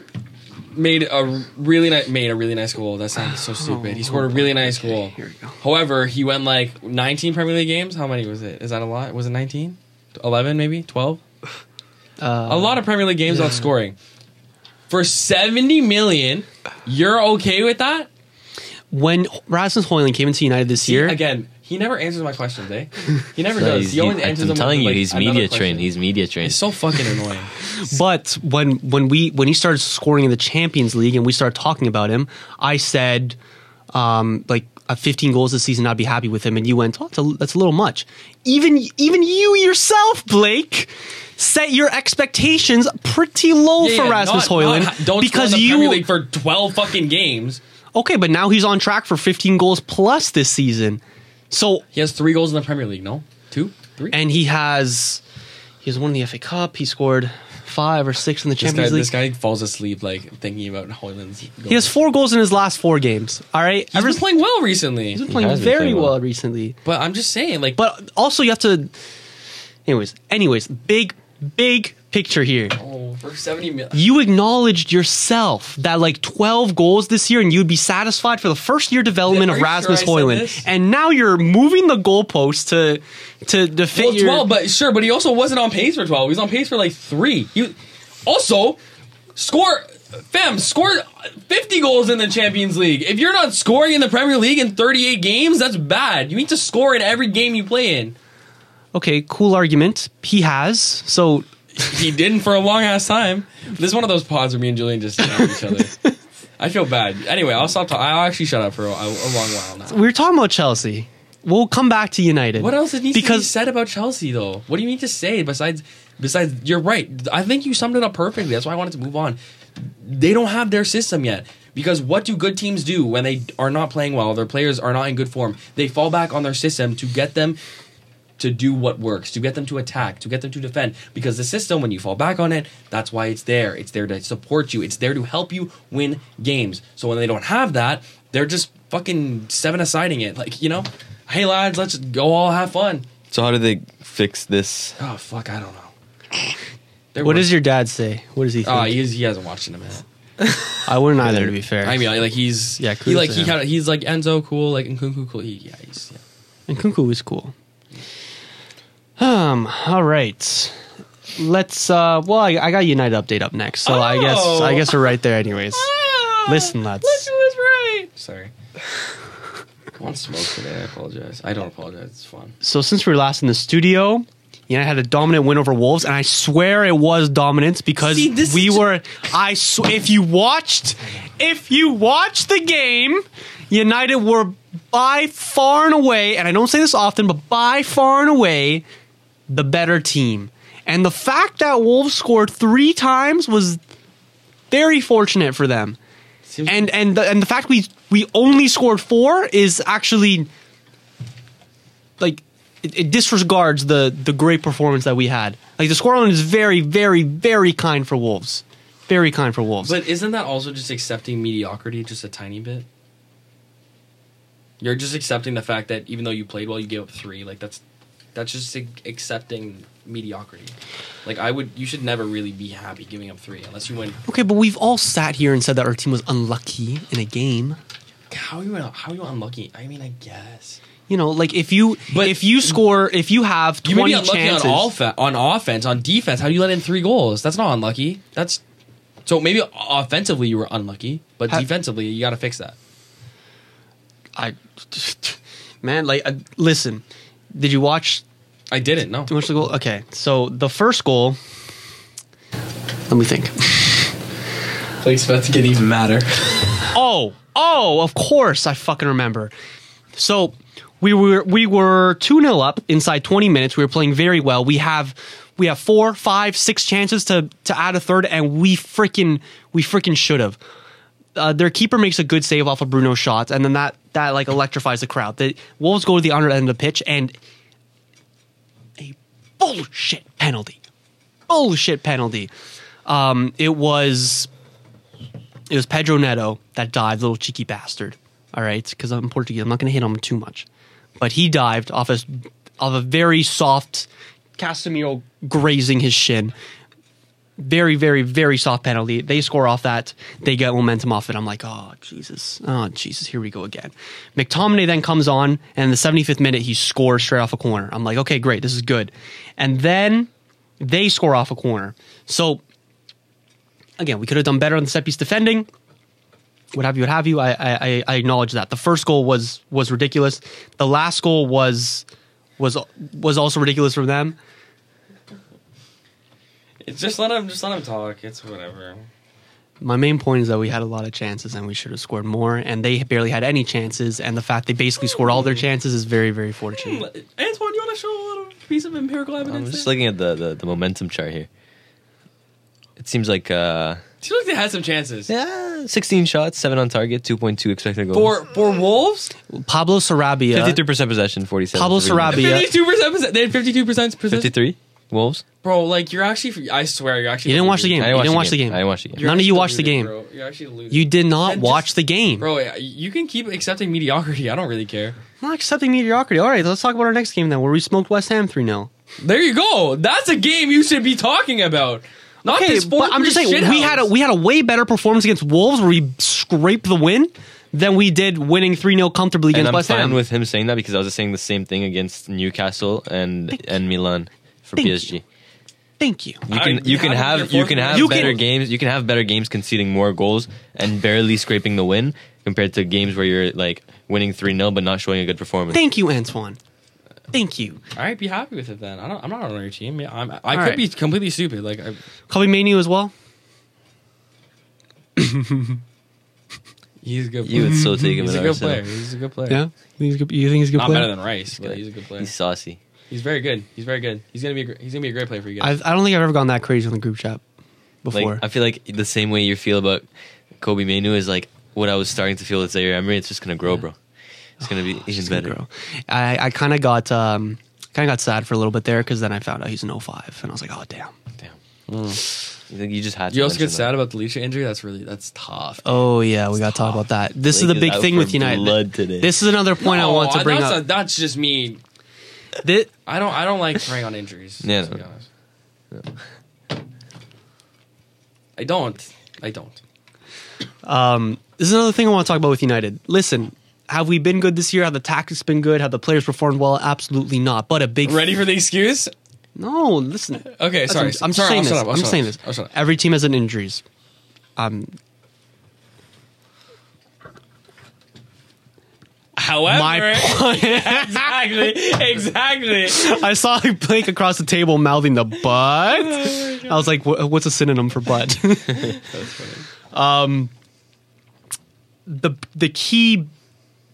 made a really nice made a really nice goal. That [sighs] sounds so stupid. He scored a really nice goal. Oh, here we go. However, he went like 19 Premier League games. How many was it? Is that a lot? Was it 19? 11 maybe? 12? [sighs] Uh, a lot of Premier League games without scoring. For 70 million, you're okay with that? When Rasmus Hoyland came into United this year, Again, he never answers my [laughs] questions, eh? He never No, does. he's- He he- only I'm answers them telling with, you, like, he's another media question. trained. He's media trained. It's so [laughs] fucking annoying. but when when we when he started scoring in the Champions League and we started talking about him, I said, um, like uh, 15 goals this season, I'd be happy with him. And you went, oh, that's a, that's a little much. Even even you yourself, Blake, set your expectations pretty low Yeah, for yeah, Rasmus not- Hoyland not- don't because score in the you Premier League for 12 fucking games. okay, but now he's on track for 15 goals plus this season. So He has three goals in the Premier League. No, two, three. and he has he's won the FA Cup. He scored five or six in the this, guy, Champions League. this guy falls asleep like thinking about Hoyland's. He has four goals in his last four games. All right, He's been playing well recently, been playing has been very playing well. well. recently. but I'm just saying, like, But also, you have to. Anyways, anyways, big big picture here. oh, for 70 million. You acknowledged yourself that like 12 goals this year and you'd be satisfied for the first year development Are of you Rasmus sure I said Hoyland. this? And now you're moving the goalposts to to, to fit Well, your 12, but sure, but he also wasn't on pace for 12. He was on pace for like three. He also score, fam, scored 50 goals in the Champions League. If you're not scoring in the Premier League in 38 games, that's bad. You need to score in every game you play in. Okay, cool argument. He has. So He didn't for a long ass time. This is one of those pods where me and Julian just yell at each other. I feel bad. Anyway, I'll stop talking. I'll actually shut up for a, a long while now. we were talking about Chelsea. We'll come back to United. What else needs to be because said about Chelsea, though? What do you need to say besides besides you're right? I think you summed it up perfectly. That's why I wanted to move on. They don't have their system yet because what do good teams do when they are not playing well? Their players are not in good form. They fall back on their system to get them to do what works, to get them to attack, to get them to defend. Because the system, when you fall back on it, that's why it's there. It's there to support you. It's there to help you win games. So when they don't have that, they're just fucking seven asiding it. Like you know, hey lads, let's go all have fun. so how do they fix this? Oh fuck, I don't know. They're What worse. does your dad say? What does he think? Ah, he, is- he hasn't watched in a minute. I wouldn't either, to be fair. I mean, like he's Yeah, he kudos like to he him. kind of he's like Enzo cool, like Nkunku cool. He, yeah, he's yeah. and Kunku is cool. Um. All right. Let's. Uh. Well, I, I got United update up next, so I guess Oh. Ah, I guess we're right there, anyways. Listen, lads. Listen was right. [laughs] Sorry. I want smoke today. I apologize. I don't apologize. It's fun. So since we were last in the studio, United had a dominant win over Wolves, and I swear it was dominance because See, this we is- were. I sw- if you watched, if you watched the game, United were by far and away, and I don't say this often, but by far and away, the better team. And the fact that Wolves scored three times was very fortunate for them Seems- and and the, and the fact we we only scored four is actually like it, it disregards the the great performance that we had. Like the scoreline is very very very kind for Wolves, very kind for Wolves. but isn't that also just accepting mediocrity just a tiny bit? You're just accepting the fact that even though you played well, you gave up three. Like that's that's just ac- accepting mediocrity. Like I would, you should never really be happy giving up three unless you win. okay, but we've all sat here and said that our team was unlucky in a game. How are you? How are you unlucky? I mean, I guess. You know, like if you But- if you score if you have You may twenty be unlucky chances. on all on offense, on defense. How do you let in three goals? That's not unlucky. That's so maybe offensively you were unlucky, but Ha- defensively you got to fix that. I, [laughs] man, like I, listen, did you watch I didn't. No, Too much the goal. Okay, so the first goal. Let me think. Place Oh, about to get even madder. [laughs] Oh, oh, of course I fucking remember. So we were we were two 0 up inside twenty minutes. We were playing very well. We have we have four, five, six chances to to add a third, and we freaking we freaking should have. Uh, their keeper makes a good save off of Bruno's shot, and then that that like electrifies the crowd. The Wolves go to the under end of the pitch, and a bullshit penalty, bullshit penalty. Um, it was it was Pedro Neto that dived, little cheeky bastard. All right, because I'm Portuguese, I'm not going to hit on him too much, but he dived off a s- off a very soft Casemiro grazing his shin. Very, very, very soft penalty. They score off that. They get momentum off it. I'm like, oh Jesus, oh Jesus, here we go again. McTominay then comes on, and in the 75th minute he scores straight off a corner. I'm like, okay, great, this is good. And then they score off a corner. So again, we could have done better on the set piece defending. What have you? What have you? I, I I- I acknowledge that the first goal was was ridiculous. The last goal was was was also ridiculous from them. it's just let him just let him talk. It's whatever. My main point is that we had a lot of chances and we should have scored more, and they barely had any chances. And the fact they basically scored all their chances is very very Hmm, fortunate. Antoine, you want to show a little piece of empirical evidence? I'm just there? looking at the, the, the momentum chart here. It seems like uh, seems like they had some chances yeah, 16 shots, seven on target, 2.2 expected goals, for for Wolves. Pablo Sarabia, 53% possession, 47. Pablo three minutes. Sarabia. Yeah. Fifty-two percent. They had fifty-two percent. 53 Wolves. Bro, like you're actually. I swear, you're actually. You didn't watch the game. I You didn't watch the game. I didn't watch the game. None of you watched the game. Bro. You're actually losing. you did not And just- watch the game. Bro, yeah, you can keep accepting mediocrity. I don't really care. I'm not accepting mediocrity. All right, let's talk about our next game then, where we smoked West Ham three 0 There you go. That's a game you should be talking about. Not Okay, this but I'm just saying shithouse. we had a we had a way better performance against Wolves where we scraped the win than we did winning 3-0 comfortably And against I'm West fine Ham. with him saying that because I was saying the same thing against Newcastle and and Milan for Thank PSG. You, Thank you. I- can you how can did your have you fourth can one- have You better can- games. You can have better games conceding more goals and barely scraping the win compared to games where you're like winning 3-0 but not showing a good performance. Thank you, Antoine. Thank you. All right, be happy with it then. I don't, I'm not on your team. Yeah, I'm, I could right. be completely stupid. Like, I, Kobe Manu as well. he's a good. you player. [laughs] would so take him He's at a good Arsenal. player. He's a good player. you think he's a good Not better than Rice, but good. he's a good player. He's He's, saucy. very good. He's very good. He's gonna be. A, gr- he's gonna be a great player for you guys. I've, I don't think I've ever gone that crazy on the group chat Like before. I feel like the same way you feel about Kobe Manu is like what I was starting to feel with Zaire Emery. It's just gonna grow, bro. It's [sighs] gonna be even Just gonna better. grow. I, I kind of got um, kind of got sad for a little bit there because then I found out he's an 05 and I was like, oh damn. Damn. You think you just had. Mm. you to also get mention that. sad about the Leisha injury. That's really that's tough. Oh yeah, we got to talk about that. This is the Blake is big out thing for with United. blood today. This is another point I want to No, bring Oh, that's up. a- that's just me. Thi- [laughs] I don't. I don't like preying on injuries. Yeah, to no. be honest. I don't. I don't. This is another thing I want to talk about with United. Listen, have we been good this year? Have the tactics been good? Have the players performed well? Absolutely not. But a big Ready for the excuse? no. Listen, Okay, That's- sorry. I'm, I'm sorry, saying I'll shut this. up, I'll I'm shut up, saying this. I'll shut up. Every team has an injuries. [laughs] However, My [laughs] [laughs] exactly, exactly. I saw Blake across the table mouthing the butt. I was like, "Wha- what's a synonym for butt? Oh [laughs] That's funny. Um, the the key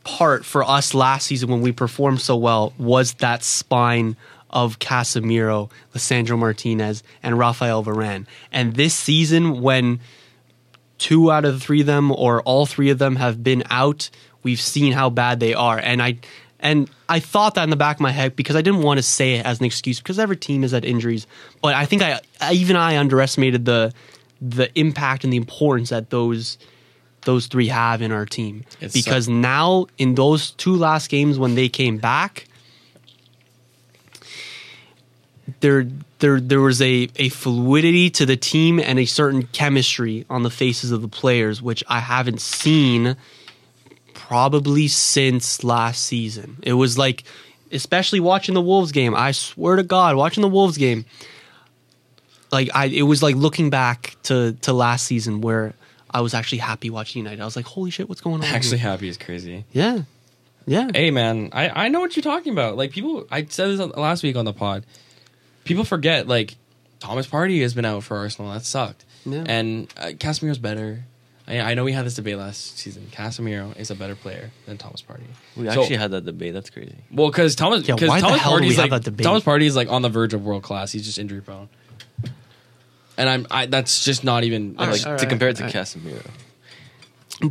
part for us last season when we performed so well was that spine of Casemiro, Lissandro Martinez, and Rafael Varane. And this season, when two out of the three of them or all three of them have been out, we've seen how bad they are. And I and I thought that in the back of my head because I didn't want to say it as an excuse because every team has had injuries. But I think I even I underestimated the the impact and the importance that those those three have in our team. It's because now in those two last games when they came back, there there there was a, a fluidity to the team and a certain chemistry on the faces of the players, which I haven't seen probably since last season. It was like especially watching the Wolves game. I swear to God, watching the Wolves game, like I it was like looking back to to last season where I was actually happy watching United. I was like, holy shit, what's going on? here? Actually, happy is crazy. Yeah. Yeah. Hey, man, I, I know what you're talking about. Like, people, I said this on- last week on the pod. People forget, like, Thomas Party has been out for Arsenal. That sucked. Yeah. And uh, Casemiro's better. I, I know we had this debate last season. Casemiro is a better player than Thomas Party. We actually had that debate. That's crazy. Well, because Thomas, Yeah, because why the Thomas hell do we Party's have like that debate? Thomas Party is like on the verge of world class. He's just injury prone, and I'm I, that's just not even All right, like all to right, compare it to all right. Casemiro.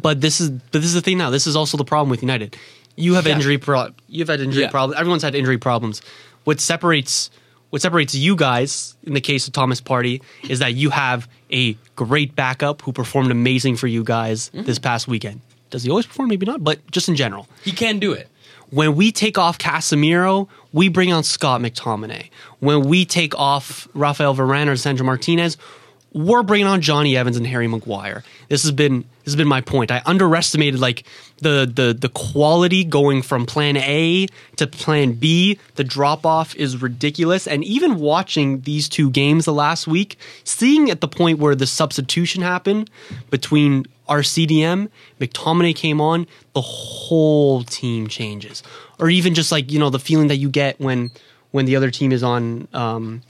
But this is but this is the thing now. This is also the problem with United. You have Yeah. injury pro- you've had injury Yeah. problems. Everyone's had injury problems. What separates what separates you guys in the case of Thomas Party is that you have a great backup who performed amazing for you guys Mm-hmm. this past weekend. Does he always perform? Maybe not, but just in general he can do it. when we take off Casemiro, we bring on Scott McTominay. When we take off Rafael Varane or Sandra Martinez, we're bringing on Johnny Evans and Harry Maguire. This has been this has been my point. I underestimated like the the the quality going from plan A to plan B. The drop off is ridiculous. And even watching these two games the last week, seeing at the point where the substitution happened between our CDM, McTominay came on, the whole team changes. Or even just like, you know, the feeling that you get when when the other team is on um,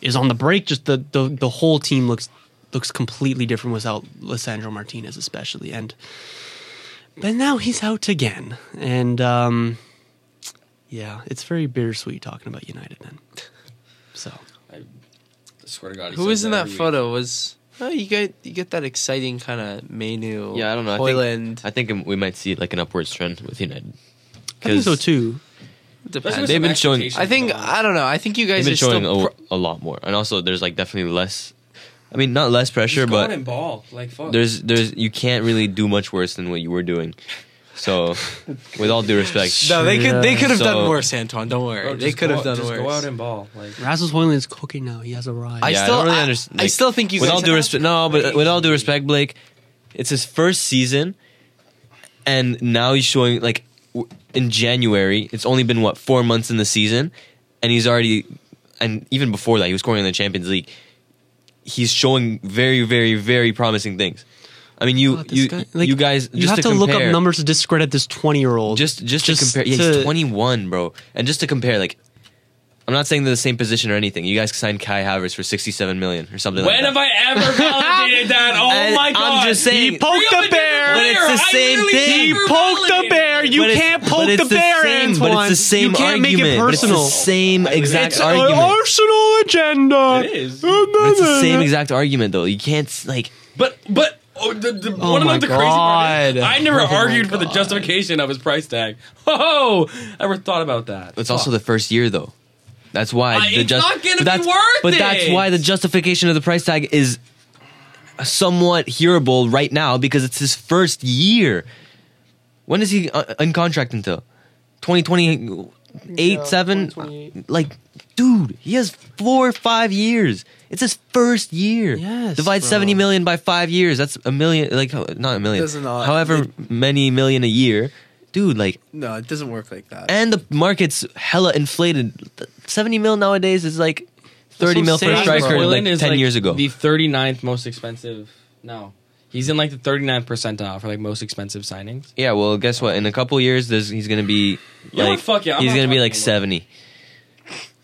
is on the break, just the, the the whole team looks looks completely different without Lissandro Martinez especially. And but now he's out again. And um, yeah, it's very bittersweet talking about United [laughs] then. So I swear to God, he Who says was in that every week. photo? Was oh, you get you get that exciting kind of menu? Yeah, I don't know. I Hoyland. think, I think we might see like an upwards trend with United. I think so too. Depends. There's They've some been showing- expectations I think going on. I don't know. I think you guys They've been are showing still. a, pro- a lot more, and also there's like definitely less. I mean, not less pressure, He's gone but and ball like fuck. there's there's you can't really do much worse than what you were doing. So, with all due respect, no, they could they could have done So- worse, Antoine. Don't worry, Bro, they just could have go- done just worse. Go out and ball like. Rasmus Hoyland's cooking now. He has arrived. I Yeah, I still don't really I, understand, I like, still think you with guys all due have- respect, no, but uh, with all due respect, Blake, it's his first season, and now he's showing like w- in January. It's only been what four months in the season, and he's already, and even before that, he was scoring in the Champions League. He's showing very, very, very promising things. I mean, you, God, this you, guy- like, you guys, you just have to, look up compare- numbers to discredit this twenty-year-old. Just, just, to compare. Yeah, he's twenty one, bro. And just to compare, like. I'm not saying they're the same position or anything. You guys signed Kai Havertz for 67 million or something. like When that. have I [laughs] ever validated that? Oh And my god! I'm just saying, He poked the bear. But it's the same thing. He poked the bear. You But it's- can't but poke the, it's bear, same, Antoine. But it's the same you can't argument. make it But it's personal. the same exact It's an argument. Arsenal agenda. It is. But it's [laughs] the same exact argument, though. You can't s- like. But but oh, the, the, Oh one my of the crazy part God. is I never Oh my argued for the God. justification of his price tag. [laughs] Oh, I never thought about that. It's also the first year, though. That's why Uh, the it's just. not gonna but be that's- worth But that's it. why the justification of the price tag is somewhat hearable right now because it's his first year. When is he uh, in contract until? 2020. eight, seven. Like, dude, he has four or five years. It's his first year. Yes, Divide bro. seventy million by five years. That's a million. Like, how- not a million. Doesn't all- However many million a year, dude. Like, No, it doesn't work like that. and the market's hella inflated. Seventy mil nowadays is like thirty mil for a saying, striker bro. like ten years ago. The 39th most expensive. No. He's in like the 39th percentile for like most expensive signings. Yeah, well, guess what? In a couple years, there's, he's gonna be like know what? Fuck yeah, I'm he's not gonna be talking like about it. seventy.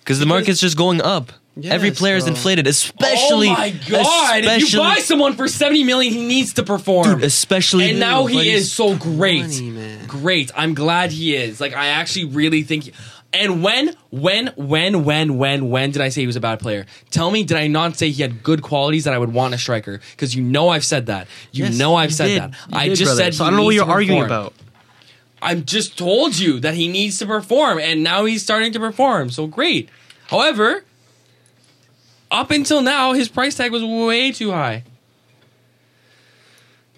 Because the market's just going up. Every Yes, player is bro. inflated, especially. oh my god! If you especially- buy someone for 70 million, he needs to perform. dude, especially and now he is so great. man. Great. I'm glad he is. Like I actually really think and when, when, when, when, when, when did I say he was a bad player? Tell me, did I not say he had good qualities that I would want in a striker? Because you know I've said that. You Yes, know I've said did. that. You I did, just brother. said. So he I don't know what needs you're to arguing perform. about. I just told you that he needs to perform, and now he's starting to perform. So great. However, up until now, his price tag was way too high.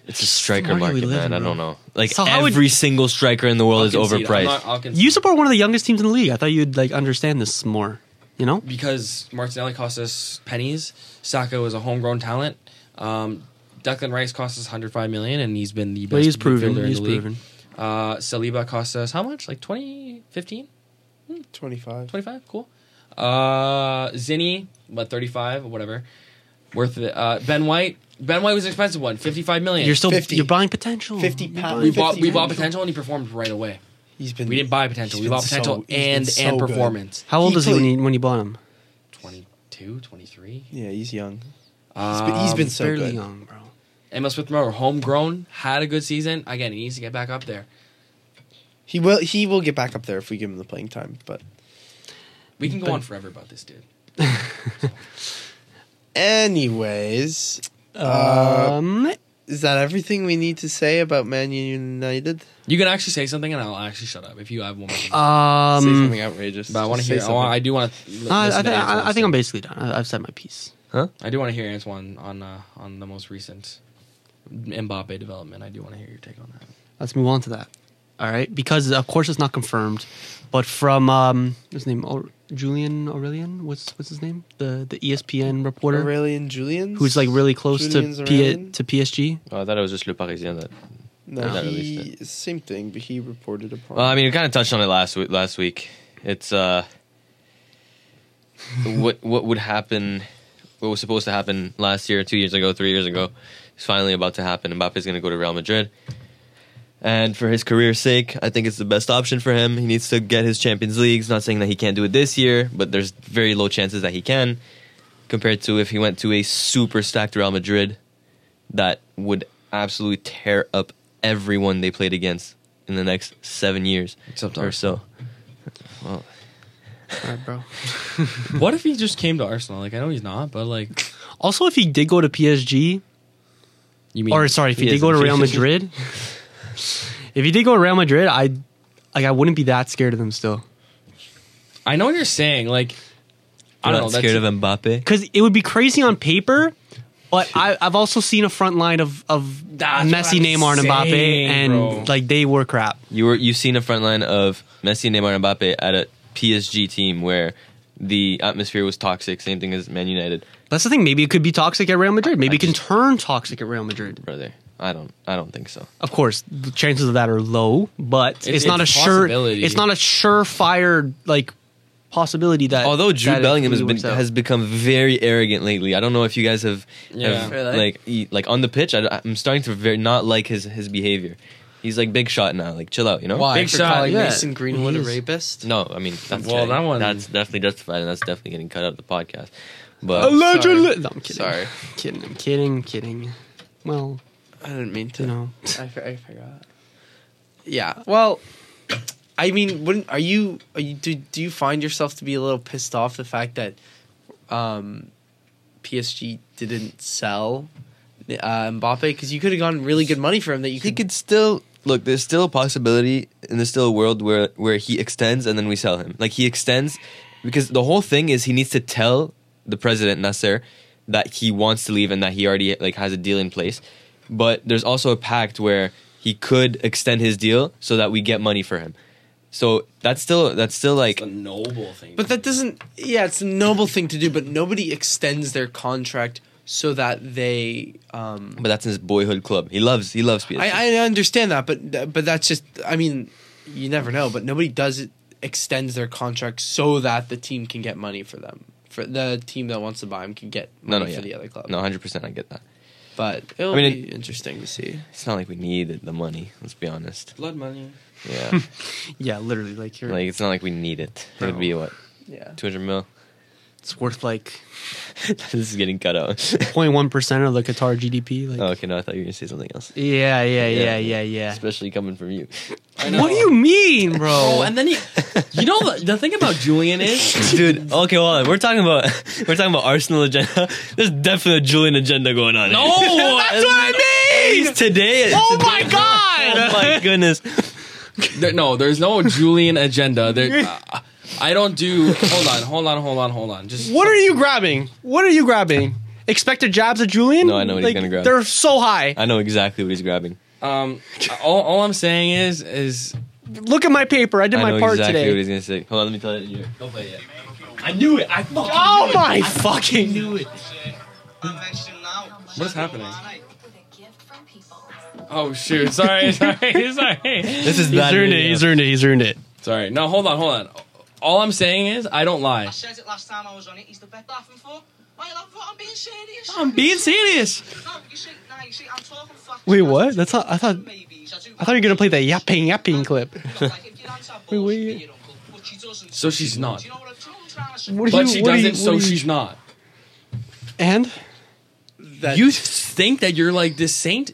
It's a striker Where do we market, live, man. I bro? don't know. Like So how would- every single striker in the world is I'll concede. I'm overpriced. not- I'll concede. You support one of the youngest teams in the league. I thought you'd like understand this more. You know, because Martinelli cost us pennies. Saka was a homegrown talent. Um, Declan Rice cost us 105 million, and he's been the best but he's midfielder proven. in He's the league. proven. Uh, Saliba cost us how much? Like 20, 15, 25. 25? Cool. Uh, Zinni, what 35 or whatever. Worth it. Uh, ben White. Ben White was an expensive one, 55 million. You're still 50. you're buying potential. 50 You're pounds. buying- we bought we 50. bought potential, and he performed right away. He's been We didn't buy potential. he's We bought been potential so- he's been and so and good. performance. How old He is he when played- you when you bought him? 22, 23. Yeah, he's young. He's been, he's Um, been so Fairly good. young, bro. Emma Smith Rowe, homegrown, had a good season. Again, he needs to get back up there. He will he will get back up there if we give him the playing time, but We can go But- on forever about this dude. anyways, Uh, Um, is that everything we need to say about Man United? You can actually say something, and I'll actually shut up if you have one. More [laughs] thing. say um, something outrageous. but I want to Just hear. say I, want, I something. Uh, do want to. I, I, think, I, I think I'm basically done. I, I've said my piece. I do want to hear Antoine on uh, on the most recent Mbappe development. I do want to hear your take on [laughs] that. Let's move on to that. All right, because of course it's not confirmed, but from um, what's his name Aur- Julian Aurelian. What's what's his name? The the E ESPN reporter Aurelian Julian's? who's like really close Julian's to P- Aurelian? to PSG. oh, I thought it was just Le Parisien. That. No, Not he, released same thing, but he reported upon. Well, I mean, we kind of touched on it last week. Last week, it's uh, [laughs] what what would happen, what was supposed to happen last year, two years ago, three years ago, is finally about to happen. Mbappe's going to go to Real Madrid, and for his career's sake, I think it's the best option for him. He needs to get his Champions Leagues. Not saying that he can't do it this year, but there's very low chances that he can, compared to if he went to a super stacked Real Madrid, that would absolutely tear up everyone they played against in the next seven years Except or so. All right, bro. what if he just came to Arsenal? Like I know he's not, but like Also, if he did go to PSG, you mean or sorry, if he, He did go to isn't. Real [laughs] Madrid, if he did go to Real Madrid, I like I wouldn't be that scared of them still, I know what you're saying. Like I You're don't not know. scared that's, of Mbappe. because it would be crazy on paper. But I, I've also seen a front line of of That's what Messi, I'm Neymar, and Mbappe, saying, and bro. like they were crap. You were you've seen a front line of Messi, Neymar, and Mbappe at a PSG team where the atmosphere was toxic. Same thing as Man United, That's the thing. Maybe it could be toxic at Real Madrid. Maybe I it can just- turn toxic at Real Madrid. brother. I don't I don't think so. Of course, the chances of that are low, but it's, It's- not it's a sure. a possibility. It's not a surefire like possibility that. Although Drew that it Bellingham has been completely works out. has become very arrogant lately. I don't know if you guys have, have, Yeah. Really? like he- like on the pitch. I, am starting to very not like his his behavior. He's like big shot now. Like chill out, you know. Why? Big For shot, calling yeah. Mason Greenwood a He is. rapist? No, I mean that's Well, that one- that's definitely justified, and that's definitely getting cut out of the podcast. But Allegedly. No, I'm kidding. Sorry. I'm kidding. I'm kidding. Kidding. Well, I didn't mean to. you know, I, for- I forgot. Yeah. Well, I mean, wouldn't are you are you do do you find yourself to be a little pissed off the fact that um PSG didn't sell uh Mbappe because you could have gotten really good money for him that you he could, could still look. There's still a possibility, and there's still a world where where he extends and then we sell him. Like he extends because the whole thing is he needs to tell the president Nasser that he wants to leave and that he already like has a deal in place. But there's also a pact where he could extend his deal so that we get money for him. So that's still that's still like It's a noble thing. But that doesn't. Yeah, it's a noble thing to do, but nobody extends their contract so that they. Um, but that's his boyhood club. He loves he loves PSG. I, I understand that, but but that's just. I mean, you never know. But nobody does it extends their contract so that the team can get money for them. For the team that wants to buy them can get no, money no, for yeah. the other club. No, 100% I get that. but it'll I mean, be interesting to see. It's not like we needed the money, let's [laughs] be honest. blood money. Yeah. Yeah, literally, like you're, like it's not like we need it. It would be what? Yeah. 200 mil. [laughs] it's worth like this is getting cut out. [laughs] 0.1 percent of the Qatar GDP. Like, oh, okay, no, I thought you were going to say something else. yeah, yeah, Yeah. yeah, yeah, yeah. Especially coming from you. [laughs] I What do you mean, bro? Oh, [laughs] and then you, you know the, the thing about Julian is Dude, okay, hold on. We're talking about [laughs] we're talking about Arsenal agenda. [laughs] There's definitely a Julian agenda going [laughs] [laughs] on. no. [laughs] [laughs] here. That's what I mean. today. Oh today- my [laughs] Oh god! my goodness. There- no, there's no Julian agenda. [laughs] There, uh, I don't do. Hold on, hold on, hold on, hold on. Just What are you grabbing? What are you grabbing? Expected jobs at Julian? No, I know what he's gonna grab. They're so high. I know exactly what he's grabbing. um, all, all I'm saying is is Look at my paper. I did I my know part exactly what today. he's gonna say. Hold on, let me tell you. Don't play it. I knew it. I fucking Oh my fucking! Knew it. What's happening? eh? with a gift from people. Oh shoot! Sorry, [laughs] sorry, sorry, This is He's bad. earned it. radio. He's earned it. He's earned it. sorry. No, hold on, hold on. All I'm saying is I don't lie. I said it last time I was on it. He's the best laughing for. Why you laughing for? I'm being serious. I'm being serious. No, you see, no, you see, I'm talking facts. Wait, what? That's not. I thought. Maybes. I, do I thought you were gonna play [laughs] that yapping yapping clip. Like, if your nan's had balls, wait. be your uncle, but she doesn't. So she's not. Do you know what I'm, do you know what I'm trying to say? What do But you- she what do doesn't, you- so what do you- she's not. And [laughs] That, You think that you're like this saint?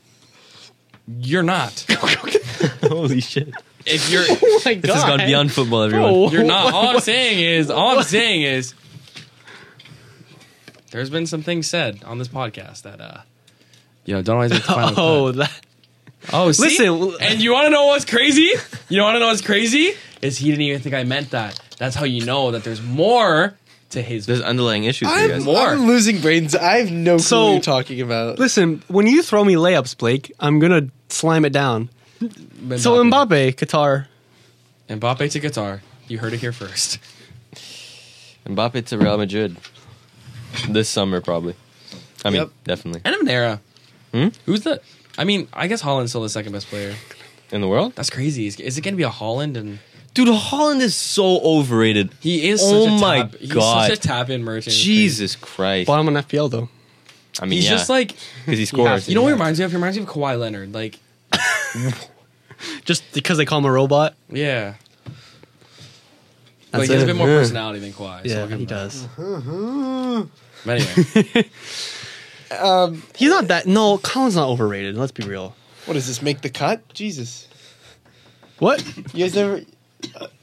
You're not. [laughs] Holy shit. If you're, oh my god, This has gone beyond football, everyone. Bro. you're not. All I'm saying is, all I'm saying is, there's been some things said on this podcast that, uh, you know, don't always make the [laughs] final [laughs] Oh, that, cut. oh, see? listen. And you want to know what's crazy? You want to know what's crazy? Is he didn't even think I meant that. That's how you know that there's more to his. There's underlying issues here, I'm, guys. more. I'm losing brains. I have no clue So- what you're talking about. listen. When you throw me layups, Blake, I'm gonna slam it down. Mbappe. So Mbappe, Qatar. Mbappe to guitar. You heard it here first. Mbappe to Real Madrid this summer, probably. I mean, Yep. definitely [laughs] And Manera. Hmm? Who's the? I mean, I guess Holland's still the second best player. in the world. That's crazy. Is, is it going to be a Holland and? Dude, Holland is so overrated. He is. Oh such a my tap, God. He's such a tap in merchant. Jesus Christ! Bottom on FPL though. I mean, He's yeah, just like because he scores. you know what he reminds me of? He reminds me of Kawhi Leonard. Like, Just because they call him a robot. yeah. That's like he has a it. bit more Yeah. personality than Kawhi. so Yeah, I'll give he him that. does. But [laughs] anyway, He's not that. No, Colin's not overrated. Let's be real. What does this make the cut? Jesus. What? You guys never.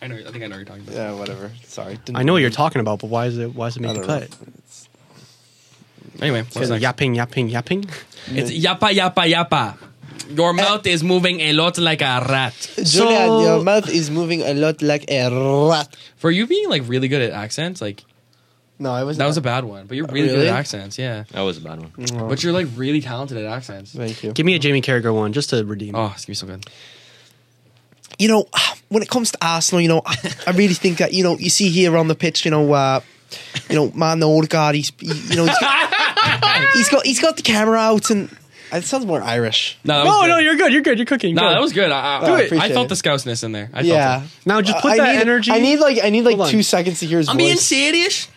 I know. I think I know what you're talking about. Yeah, whatever. Sorry. Didn't- I know what you're talking about, but why is it? Why is it I making don't the know. cut? Anyway, what's next? Yapping, yapping, yapping. It's yappa yappa yappa. Your mouth is moving a lot like a rat. Julian, Julian, So- your your mouth is moving a lot like a rat. For you being like really good at accents, like No, I wasn't. that was a bad one. But you're really, Really? good at accents, yeah. that was a bad one. But you're like really talented at accents. Thank you. Give me a Jamie Carragher one just to redeem. Oh, it's gonna be so good. You know, [sighs] when it comes to Arsenal, you know, I, I really think that you know you see here on the pitch, you know, uh, you know, man, Odegaard, he's he, you know, he's got, he's got he's got the camera out, and it sounds more Irish. No, that was no, good. no, you're good. You're good. You're cooking. No, Go. that was good. I, I, Do it. I Appreciate felt it. the scoutness in there. I yeah. Felt it. Now just put I that need- energy. I need like I need Hold like on. two seconds to hear his I'm being voice. serious.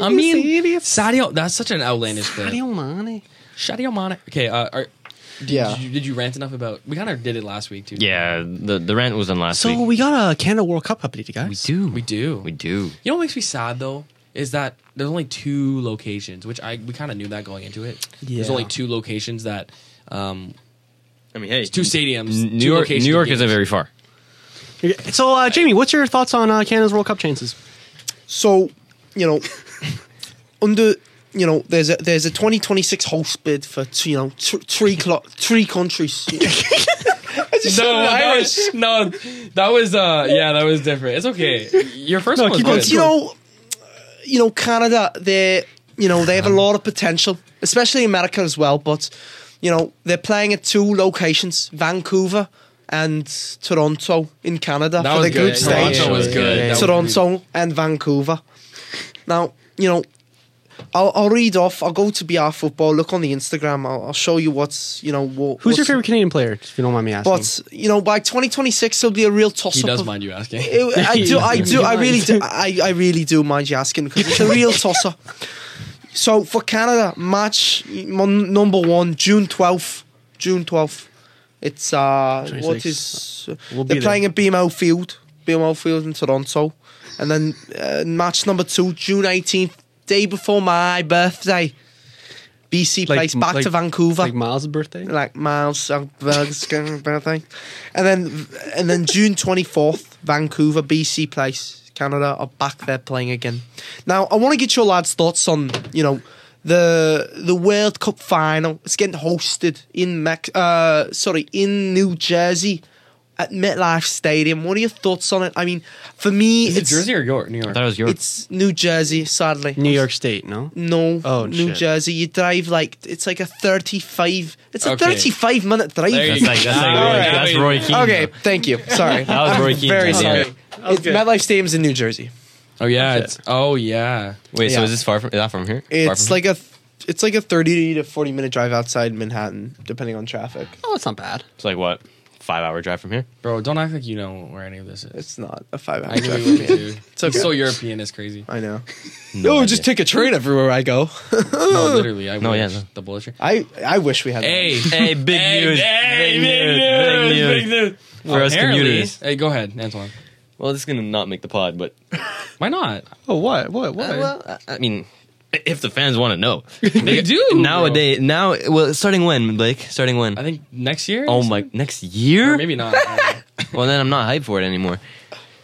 I'm Being being serious. Sadio. That's such an outlandish thing. Sadio Mane. Sadio Mane. Okay, uh, are, yeah. did, you, did you rant enough about? We kind of did it last week too. Yeah, the the rant was on last So we got a Canada World Cup update, guys. do. we do. We do. You know what makes me sad though is that there's only two locations, which I we kind of knew that going into it. There's Yeah. only two locations that, um, I mean, hey, two stadiums. N- New two York. locations New of York games. isn't very far. So, uh, Jamie, what's your thoughts on uh, Canada's World Cup chances? So, you know, under you know, there's a there's a 2026 host bid for you know tr- three clo- three countries. No, that was no, that was uh, yeah, that was different. It's okay. Your first one was keep on- good. But you know, uh, you know Canada, they you know they have a lot of potential, especially America as well. But you know they're playing at two locations: Vancouver and Toronto in Canada That for was the good. group Toronto stage. was good. Yeah, yeah, That was Toronto and Vancouver. Now, you know, I'll, I'll read off. I'll go to BR Football. Look on the Instagram. I'll, I'll show you what's you know what, Who's your what's- favorite Canadian player? If you don't mind me asking. But you know, by 2026, there'll be a real toss He up. does of, mind you asking. [laughs] It- I do. I do. I really minds. [laughs] do. I, I really do mind you asking because it's a real toss up. So for Canada, match mon- number one, June 12th. June 12th. It's uh, what 26. is We'll be they're there. playing at BMO Field, BMO Field in Toronto, and then uh, match number two, June 18th, day before my birthday. BC Like- plays back like- to Vancouver like Miles' birthday. like Miles Berg's birthday, and then and then June twenty fourth, Vancouver, BC Place, Canada are back there playing again. Now I want to get your lads' thoughts on you know the the World Cup final. It's getting hosted in Mex- uh sorry in New Jersey at MetLife Stadium. What are your thoughts on it? I mean, for me, Is it it's Jersey or York? New York. I thought it was Europe. it's New Jersey. Sadly, New York State, no? no, Oh, New shit. Jersey. You drive like it's like a thirty-five. It's a Okay. thirty-five minute drive. There That's like, that's like Roy, Alright. that's Roy Keane. Okay, thank you. Sorry, That was Roy Keane. very Yeah. sorry. It's MetLife Stadium's in New Jersey. Oh yeah. It's, oh yeah. Wait, Yeah. so is this far from? Is that from here? Far It's from like a, it's like a thirty to forty minute drive outside Manhattan, depending on traffic. Oh, it's not bad. It's like what? Five hour drive from here? Bro, don't act like you know where any of this is. It's not a five hour I knew drive. [laughs] you would, dude. It's okay. so European. It's crazy. I know. here? No, idea. just take a train everywhere I go. No, literally. I No, wish yeah, no. the bullet train. [laughs] I I wish we had. Hey, Hey, big news. Hey, Big news, big big news. news. Big news. For us Apparently- commuters. Hey, go ahead, Antoine. Well, this is gonna not make the pod, but Why not? Oh, what? What? What? well, I I mean, if the fans want to know, They do, bro. nowadays. Now, well, starting when, Blake? Starting when? I think next year. oh my, next Or year? maybe not. I don't know. Well, then I'm not hyped for it anymore.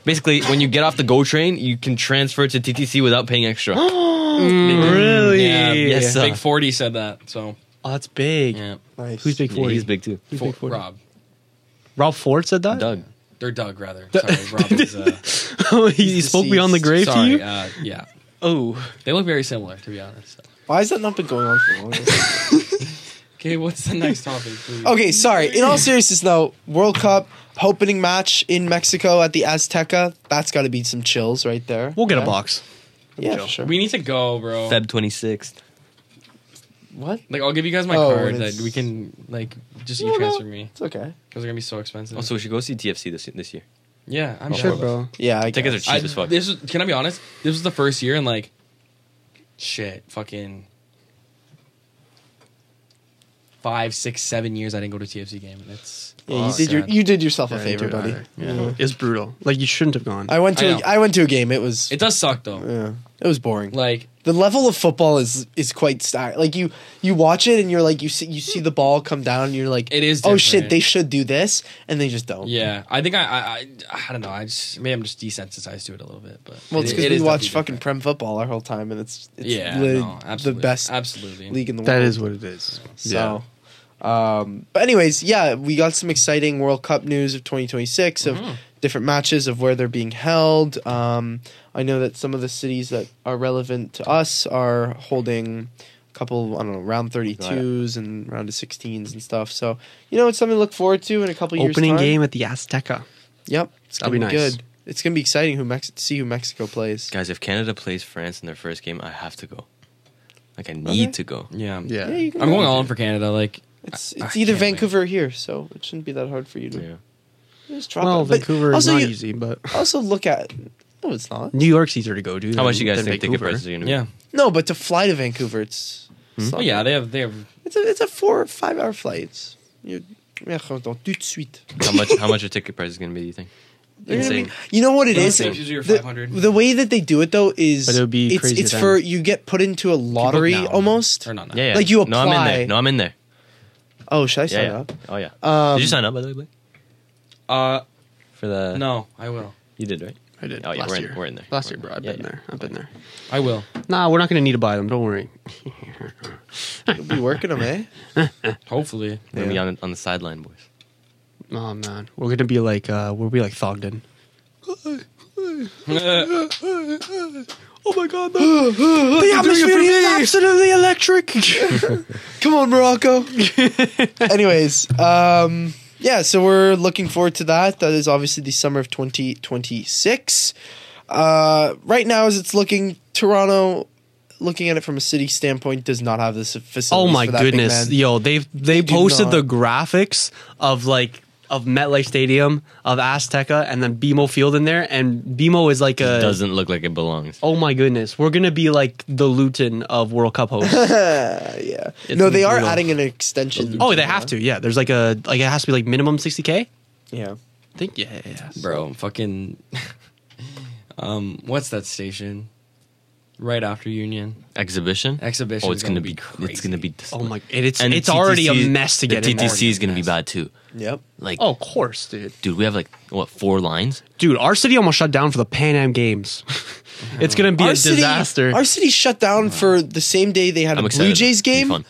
Basically, when you get off the GO train, you can transfer to TTC without paying extra. [gasps] Mm. really? Yeah, yes, sir. Big Forty said that. So Oh, that's big. yeah, Nice. Who's big yeah, forty? he's big too. Who's For- big forty? Rob. Rob Ford said that. Doug. Or Doug rather. Sorry, [laughs] Rob is. Uh, he he spoke beyond the grave deceased. sorry. to you. Uh, yeah, oh, they look very similar to be honest. Why has that not been going on for long? Okay, what's the next topic? Please? okay, sorry. In all seriousness, though, World Cup opening match in Mexico at the Azteca. That's got to be some chills right there. we'll get a Yeah. box. Yeah, for sure. We need to go, bro. Feb 26th. What? Like I'll give you guys my Oh, card it's- that we can like just no. you transfer me It's okay. because they're gonna be Oh, so expensive. Also, we should go see TFC this this year. yeah, I'm Oh, sure, fuck. bro. Yeah, I Tickets are guess. cheap I, as fuck. this is, can I be honest? This was the first year and like, shit, fucking five, six, seven years I didn't go to TFC game, and it's Yeah, you Oh, did your God. you did yourself a Yeah, I didn't favor, do it buddy. either. It's brutal. Like you shouldn't have gone. I went to I a- know. I went to a game. It was it does suck though. yeah, it was boring. Like the level of football is is quite stacked. Like you you watch it and you're like you see you see the ball come down and you're like It is oh different. shit they should do this and they just don't. yeah, I think I I, I I don't know. I just maybe I'm just desensitized to it a little bit, but Well, it's it- because it we is watch fucking definitely prem football our whole time and it's it's different. yeah, li- no, the absolutely. best absolutely league in the world. that is what it is. So, um, but anyways, yeah, we got some exciting World Cup news of 2026 Mm-hmm. of different matches of where they're being held. Um, I know that some of the cities that are relevant to us are holding a couple, I don't know, round 32s and round of 16s and stuff. So, you know, it's something to look forward to in a couple years. Opening time. game at the Azteca. Yep, it's gonna That'll be, be nice. good. It's gonna be exciting who Mex- to see who Mexico plays. Guys, if Canada plays France in their first game, I have to go. Like, I need Okay. to go. Yeah, Yeah. Yeah, you can I'm go. going all in for Canada. Like It's I- I it's either can't wait. Vancouver or here, so it shouldn't be that hard for you to Yeah. just drop Well, it. But Vancouver is also not you- Oh. easy, but Also, look at. No, it's not. New York's easier to go to. How than- much you guys than think ticket Vancouver. prices are going to be? yeah, No, but to fly to Vancouver, it's. it's oh not yeah, good. they have they have it's a it's a four or five hour flight. It's, you, yeah, gewoon dan, tout de suite. How much, how much are ticket prices going to be, do you think? They're gonna Insane. be- you know what it Those is? things usually are The, 500. the way that they do it though is But it would be it's crazy it's then. for you get put into a lottery Book now. almost. or not now. Yeah, yeah. Like, you No, I'm in apply. there. No, I'm in there. Oh, should I Yeah, sign yeah. up? Oh, yeah. Um, did you sign up, by the way, Blake? Uh, For the. no, I will. You did, right? I did. Oh, yeah, last we're in- year. we're in there. Last year, We're in bro. I've there. been Yeah, there. I've been there. I will. Nah, we're not going to need to buy them. Don't worry. You'll be working [laughs] them, eh? Hopefully. [laughs] We're going to be on, on the sideline, boys. Oh man, we're gonna be like uh, we'll be like Thogden. oh Oh my [gasps] god, the atmosphere is absolutely electric. [laughs] Come on, Morocco. Anyways, um, yeah, so we're looking forward to that. That is obviously the summer of 2026. Uh, right now, as it's looking, Toronto, looking at it from a city standpoint, does not have this facility. Oh my goodness, yo! They've they, do posted not. the graphics of like of MetLife Stadium of Azteca and then BMO Field in there, and BMO is like a. Doesn't look like it belongs. Oh my goodness, we're gonna be like the Luton of World Cup [laughs] hosts. yeah. It's no, they are unreal. adding an extension. oh, they have to. Yeah, there's like a like it has to be like minimum sixty k. I Yeah. think yeah. yeah, yeah. bro. Fucking, [laughs] um, what's that station? Right after Union Exhibition. exhibition. Oh, it's gonna, be. crazy. It's gonna be. dis- Oh my, and it's and the it's already a TTC mess to get The in there. TTC is gonna be bad too. Yep. Like, Oh, of course, dude. dude, we have like what four lines? Dude, our city almost shut down for the Pan Am Games. [laughs] it's gonna be a disaster. City, our city shut down for the same day they had I'm a excited. Blue Jays It's gonna be game, fun.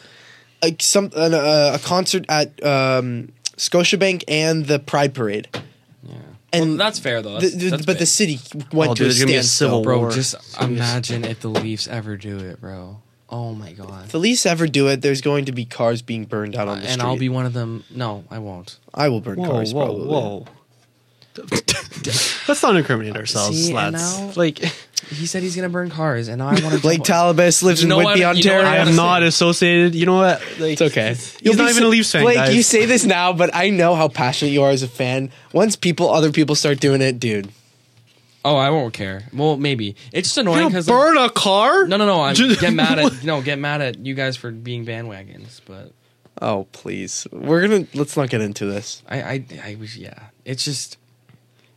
like some an, uh, a concert at um, Scotiabank and the Pride Parade. Well, And that's fair though. the, That's, the, that's but the big. city went Oh, to dude, a there's gonna be a standstill. civil bro. bro, war. just imagine if the Leafs ever do it, bro. Oh my god. If the Leafs ever do it, there's going to be cars being burned out on the and street. I'll be one of them. No, I won't. I will burn cars. probably. [laughs] Let's not incriminate ourselves, See, and now- lads. Like, He said he's gonna burn cars, and [laughs] now I want to. Blake Talabas lives You know in what- Whitby, you know Ontario. what I am honestly- not associated. You know what? Like, It's okay. You'll not even a Leafs fan, Blake, guys. you say this now, but I know how passionate you are as a fan. Once people, other people start doing it, dude. Oh, I won't care. Well, maybe it's just You annoying gonna because burn a car? no, no, [laughs] no. I Just- get mad at no, get mad at you guys for being bandwagons, but Oh please, we're gonna let's not get into this. I, I, I was yeah. It's just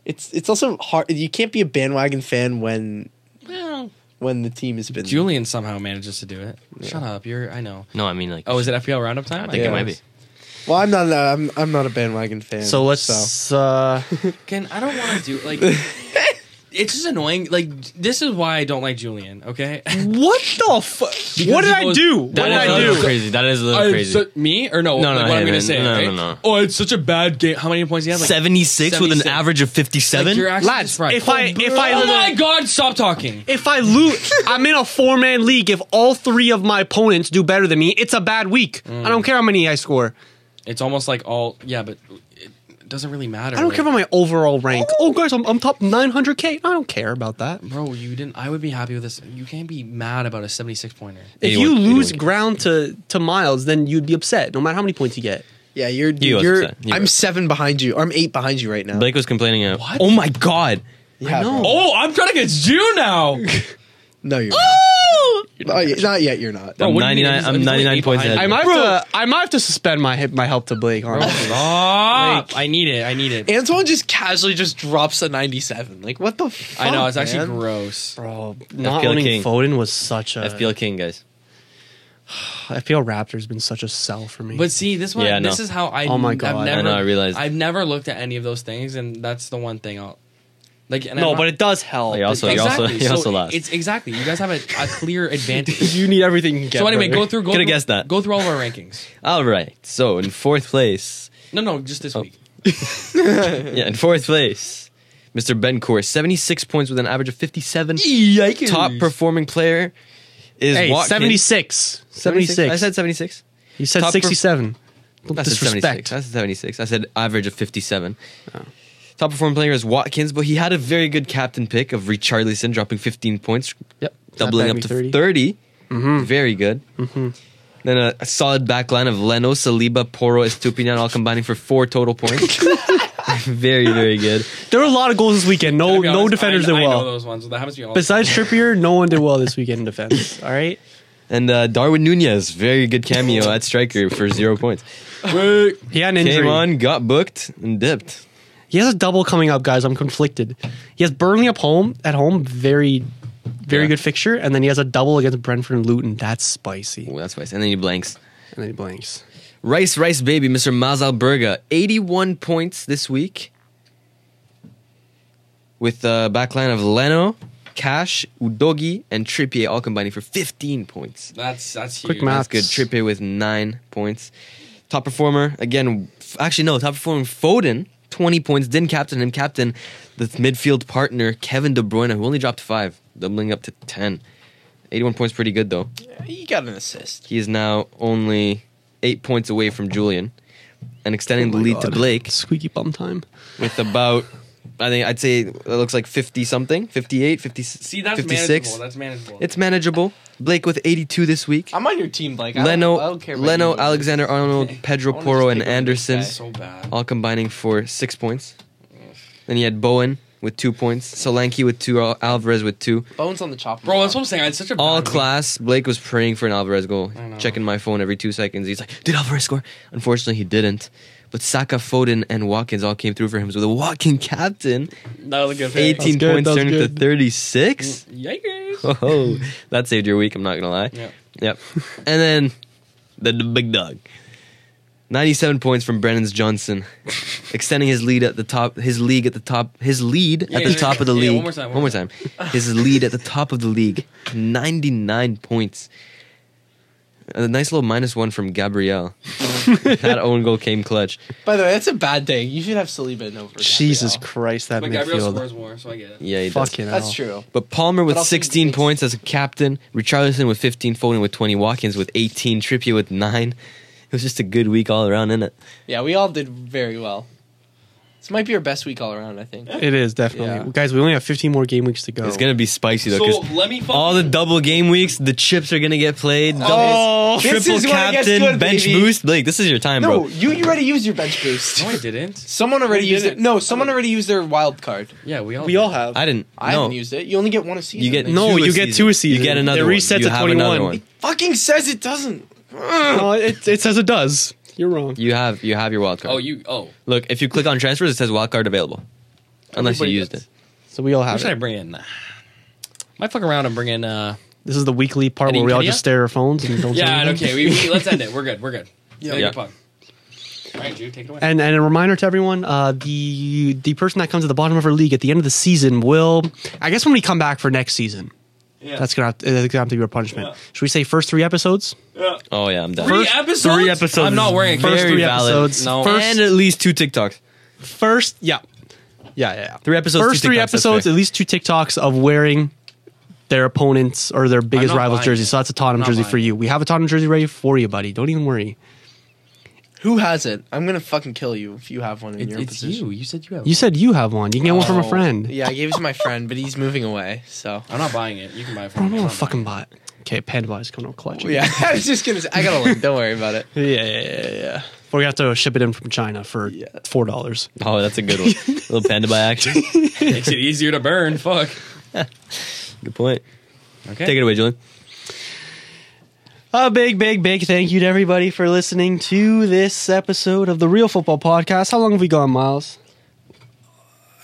It's it's also hard. You can't be a bandwagon fan when well, when the team has been. Julian somehow manages to do it. Shut up, you're. I know. No, I mean like. Oh, is it FPL roundup time? I think Yeah. it might be. Well, I'm not. A, I'm I'm not a bandwagon fan. So let's. Uh, Again, I don't want to do [laughs] like. it's just annoying. Like this is why I don't like Julian. Okay. what the fuck? What did he I goes- do? What That did is I a do? little crazy. That is a little [laughs] I- crazy. so- me or no? No, like, no, what am I hey, gonna man. say? No, right? no, no. Oh, it's such a bad game. How many points do you have? Like, 76, with 76. an average of like, 57? you're actually Lads, just right. if I- if I- oh my god, stop talking. If I lose, I'm in a four man league. If all three of my opponents do better than me, it's a bad week. I don't care how many I score. It's almost like all yeah, but it doesn't really matter. I don't care about my overall rank. Oh, guys, I'm, I'm top 900K. I don't care about that. Bro, you didn't. I would be happy with this. You can't be mad about a seventy-six pointer. If Anyone- you lose anyone. ground to, to Miles, then you'd be upset no matter how many points you get. yeah, you're was you're. upset. You I'm were- seven behind you. Or I'm eight behind you right now. Blake was complaining. uh, What? Oh my god. yeah, know. bro. Oh, I'm trying to get you [laughs] now. No, you're. Not. Oh, yeah, not yet. You're not. Bro, I'm what do you mean? 99 He's- I'm he's only 99 eight points behind ahead. I might, have to, I might have to suspend my hip- my help to Blake. Honestly. Stop. I need it. I need it. Antoine just casually just drops a 97. Like what the? Fuck, I know it's actually man? gross. Bro, not FPL owning King. Foden was such a FPL King, guys. FPL Raptor's been such a sell for me. But see, this one, Yeah, I know. this is how I. Oh my I've God. I never, know, I realized. I've never looked at any of those things, and that's the one thing I'll like. And no, I'm but not- it does help. [laughs] Like, also- you're also- you're also so last. It's exactly. You guys have a, a clear advantage. you need everything you can get. so anyway, brother. go through. Go Coulda through, guessed that. Go through all of our rankings. All right. So in fourth place, No, no, just this week. yeah, in fourth place, Mr. Bencourt, 76 points with an average of 57. Top performing player is Hey, Watkins. 76. 76. I said 76. you said top per- 67. Don't I said 76. disrespect. Oh. I said 76. I said average of 57. Top performing player is Watkins, but he had a very good captain pick of Richarlison, dropping 15 points, Yep. doubling That up bad to be 30. 30. Very good. Mm-hmm. Then a, a solid back line of Leno, Saliba, Poro, Estupiñan all combining for four total points. [laughs] very, very good. There were a lot of goals this weekend. No Gotta be Oh, no honest, defenders I, did I well. know those ones. That happens to me all the time. Besides Trippier, no one did well this weekend in defense. All right. And uh, Darwin Nunez, very good cameo at striker for zero points. He had an injury. Came on, got booked, and dipped. He has a double coming up, guys. I'm conflicted. He has Burnley up home at home, very, very Yeah. good fixture, and then he has a double against Brentford and Luton. That's spicy. Oh, that's wise. And then he blanks. And then he blanks. Rice, Rice, baby, Mr. Mazalberga, 81 points this week. With the backline of Leno, Cash, Udogi, and Trippier all combining for 15 points. That's that's Quick huge. math. That's good. Trippier with nine points. Top performer, again, f- actually, no, top performer, Foden, 20 points. Didn't captain him, captain the midfield partner, Kevin De Bruyne, who only dropped five, doubling up to 10. 81 points, pretty good, though. You got an assist. He is now only eight points away from Julian. and Oh extending the lead to Blake Squeaky bum time. with about I think I'd say it looks like 50 something, 58, 50, See, that's 56. manageable. That's manageable. It's manageable. Blake with 82 this week. I'm on your team, Blake. I don't- Leno, I don't care about Leno, you. Alexander Arnold, [laughs] Pedro I wanna Porro, just pick on and the big Anderson so bad. all combining for six points. Then you had Bowen with two points, Solanke with two, Al- Alvarez with two. Bones on the chopper. Bro, that's what I'm saying. It's such a All bad week. class. Blake was praying for an Alvarez goal, know. checking my phone every two seconds. He's like, "Did Alvarez score?" Unfortunately, he didn't. But Saka, Foden, and Watkins all came through for him. So the Watkins captain, That was a good pick. 18 good, points that's turned to good. 36. Mm. Yikers. [laughs] Oh, that saved your week. I'm not gonna lie. Yep. Yep. [laughs] and then the, the big dog, 97 points from Brennan's Johnson, extending his lead at the top. His league at the top. His lead Yeah, at the yeah, top of the yeah, league. one more time, one more time. his lead at the top of the league. 99 points. A nice little minus one [laughs] from Gabrielle. that own goal came clutch. By the way, that's a bad day. You should have Saliba in over. Jesus Gabriel. Christ, that But Gabriel midfield. scores more, so I get it. Yeah, he does. Fucking hell. That's true. But Palmer with But also 16 it's- points as a captain, Richarlison with 15, Foden with 20, Watkins with 18, Trippier with 9. It was just a good week all around, innit? Yeah, we all did very well. This might be our best week all around. I think. It is definitely, Yeah. guys. We only have 15 more game weeks to go. It's [laughs] going to be spicy, though, So because let me fucking, all the double game weeks, the chips are going to get played. Oh, Double- this triple is when it gets captain, good, bench baby. boost. Blake, this is your time, No, bro. you, you already used your bench boost. [laughs] No, I didn't. Someone already We did used it. it. No, someone already used their wild card. Yeah, we all. we all have. I didn't. I no. haven't used it. You only get one a season. you get No, two a you get two a season. You get another It one. resets You to have another 21. one. fucking says it doesn't. no, it, it says it does. You're wrong. You have you have your wild card. Oh, you. Oh. Look, if you click on transfers, it says wild card available. Unless Everybody you used gets- it. So we all Who have should I it. bring in? Might fuck around and bring in. uh This is the weekly part where we all Eddie just stare at our phones and don't. say Yeah, anything. okay. We, we- let's end it. We're good. We're good. Yeah. Yeah. Good puck. All right, Drew, take it away. And and a reminder to everyone, uh, the the person that comes at the bottom of our league at the end of the season will, I guess, when we come back for next season, yeah. that's gonna have to, that's gonna have to be our punishment. Yeah. Should we say first three episodes? Oh, yeah, I'm done. Three First episodes. three episodes I'm not wearing a First cap. three episodes. No. First, and at least two TikToks. first, yeah, yeah, yeah. yeah. Three episodes. first two three TikToks, that's episodes, fair. at least two TikToks of wearing their opponents or their biggest not rival's buying jersey. it. So that's a Tottenham not jersey buying for you. We have a Tottenham jersey ready for you, buddy. Don't even worry. Who has it? I'm gonna fucking kill you if you have one in It- your it's position. you. You said you have. You said you have one. You can get one from a Oh, friend. Yeah, I gave it to my friend, but he's moving away. [laughs] So I'm not buying it. You can buy it I from don't me. know a I'm not buying fucking bot. Okay, Pandawai's coming out clutch. yeah, [laughs] I was just gonna. Say, I gotta look. Don't worry about [laughs] it. Yeah, yeah, yeah, yeah. We're gonna have to ship it in from China for four dollars. Oh, that's a [laughs] good one. Little panda by action. it. Makes it easier to burn. Fuck. Good point. Okay. Take it away, Julian. A Uh, big, big, big thank you to everybody for listening to this episode of the Real Football Podcast. How long have we gone, Miles?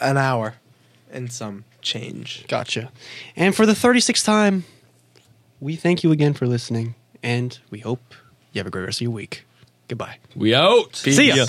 An hour, and some change. Gotcha. And for the thirty-sixth time, we thank you again for listening, and we hope you have a great rest of your week. Goodbye. We out. See ya.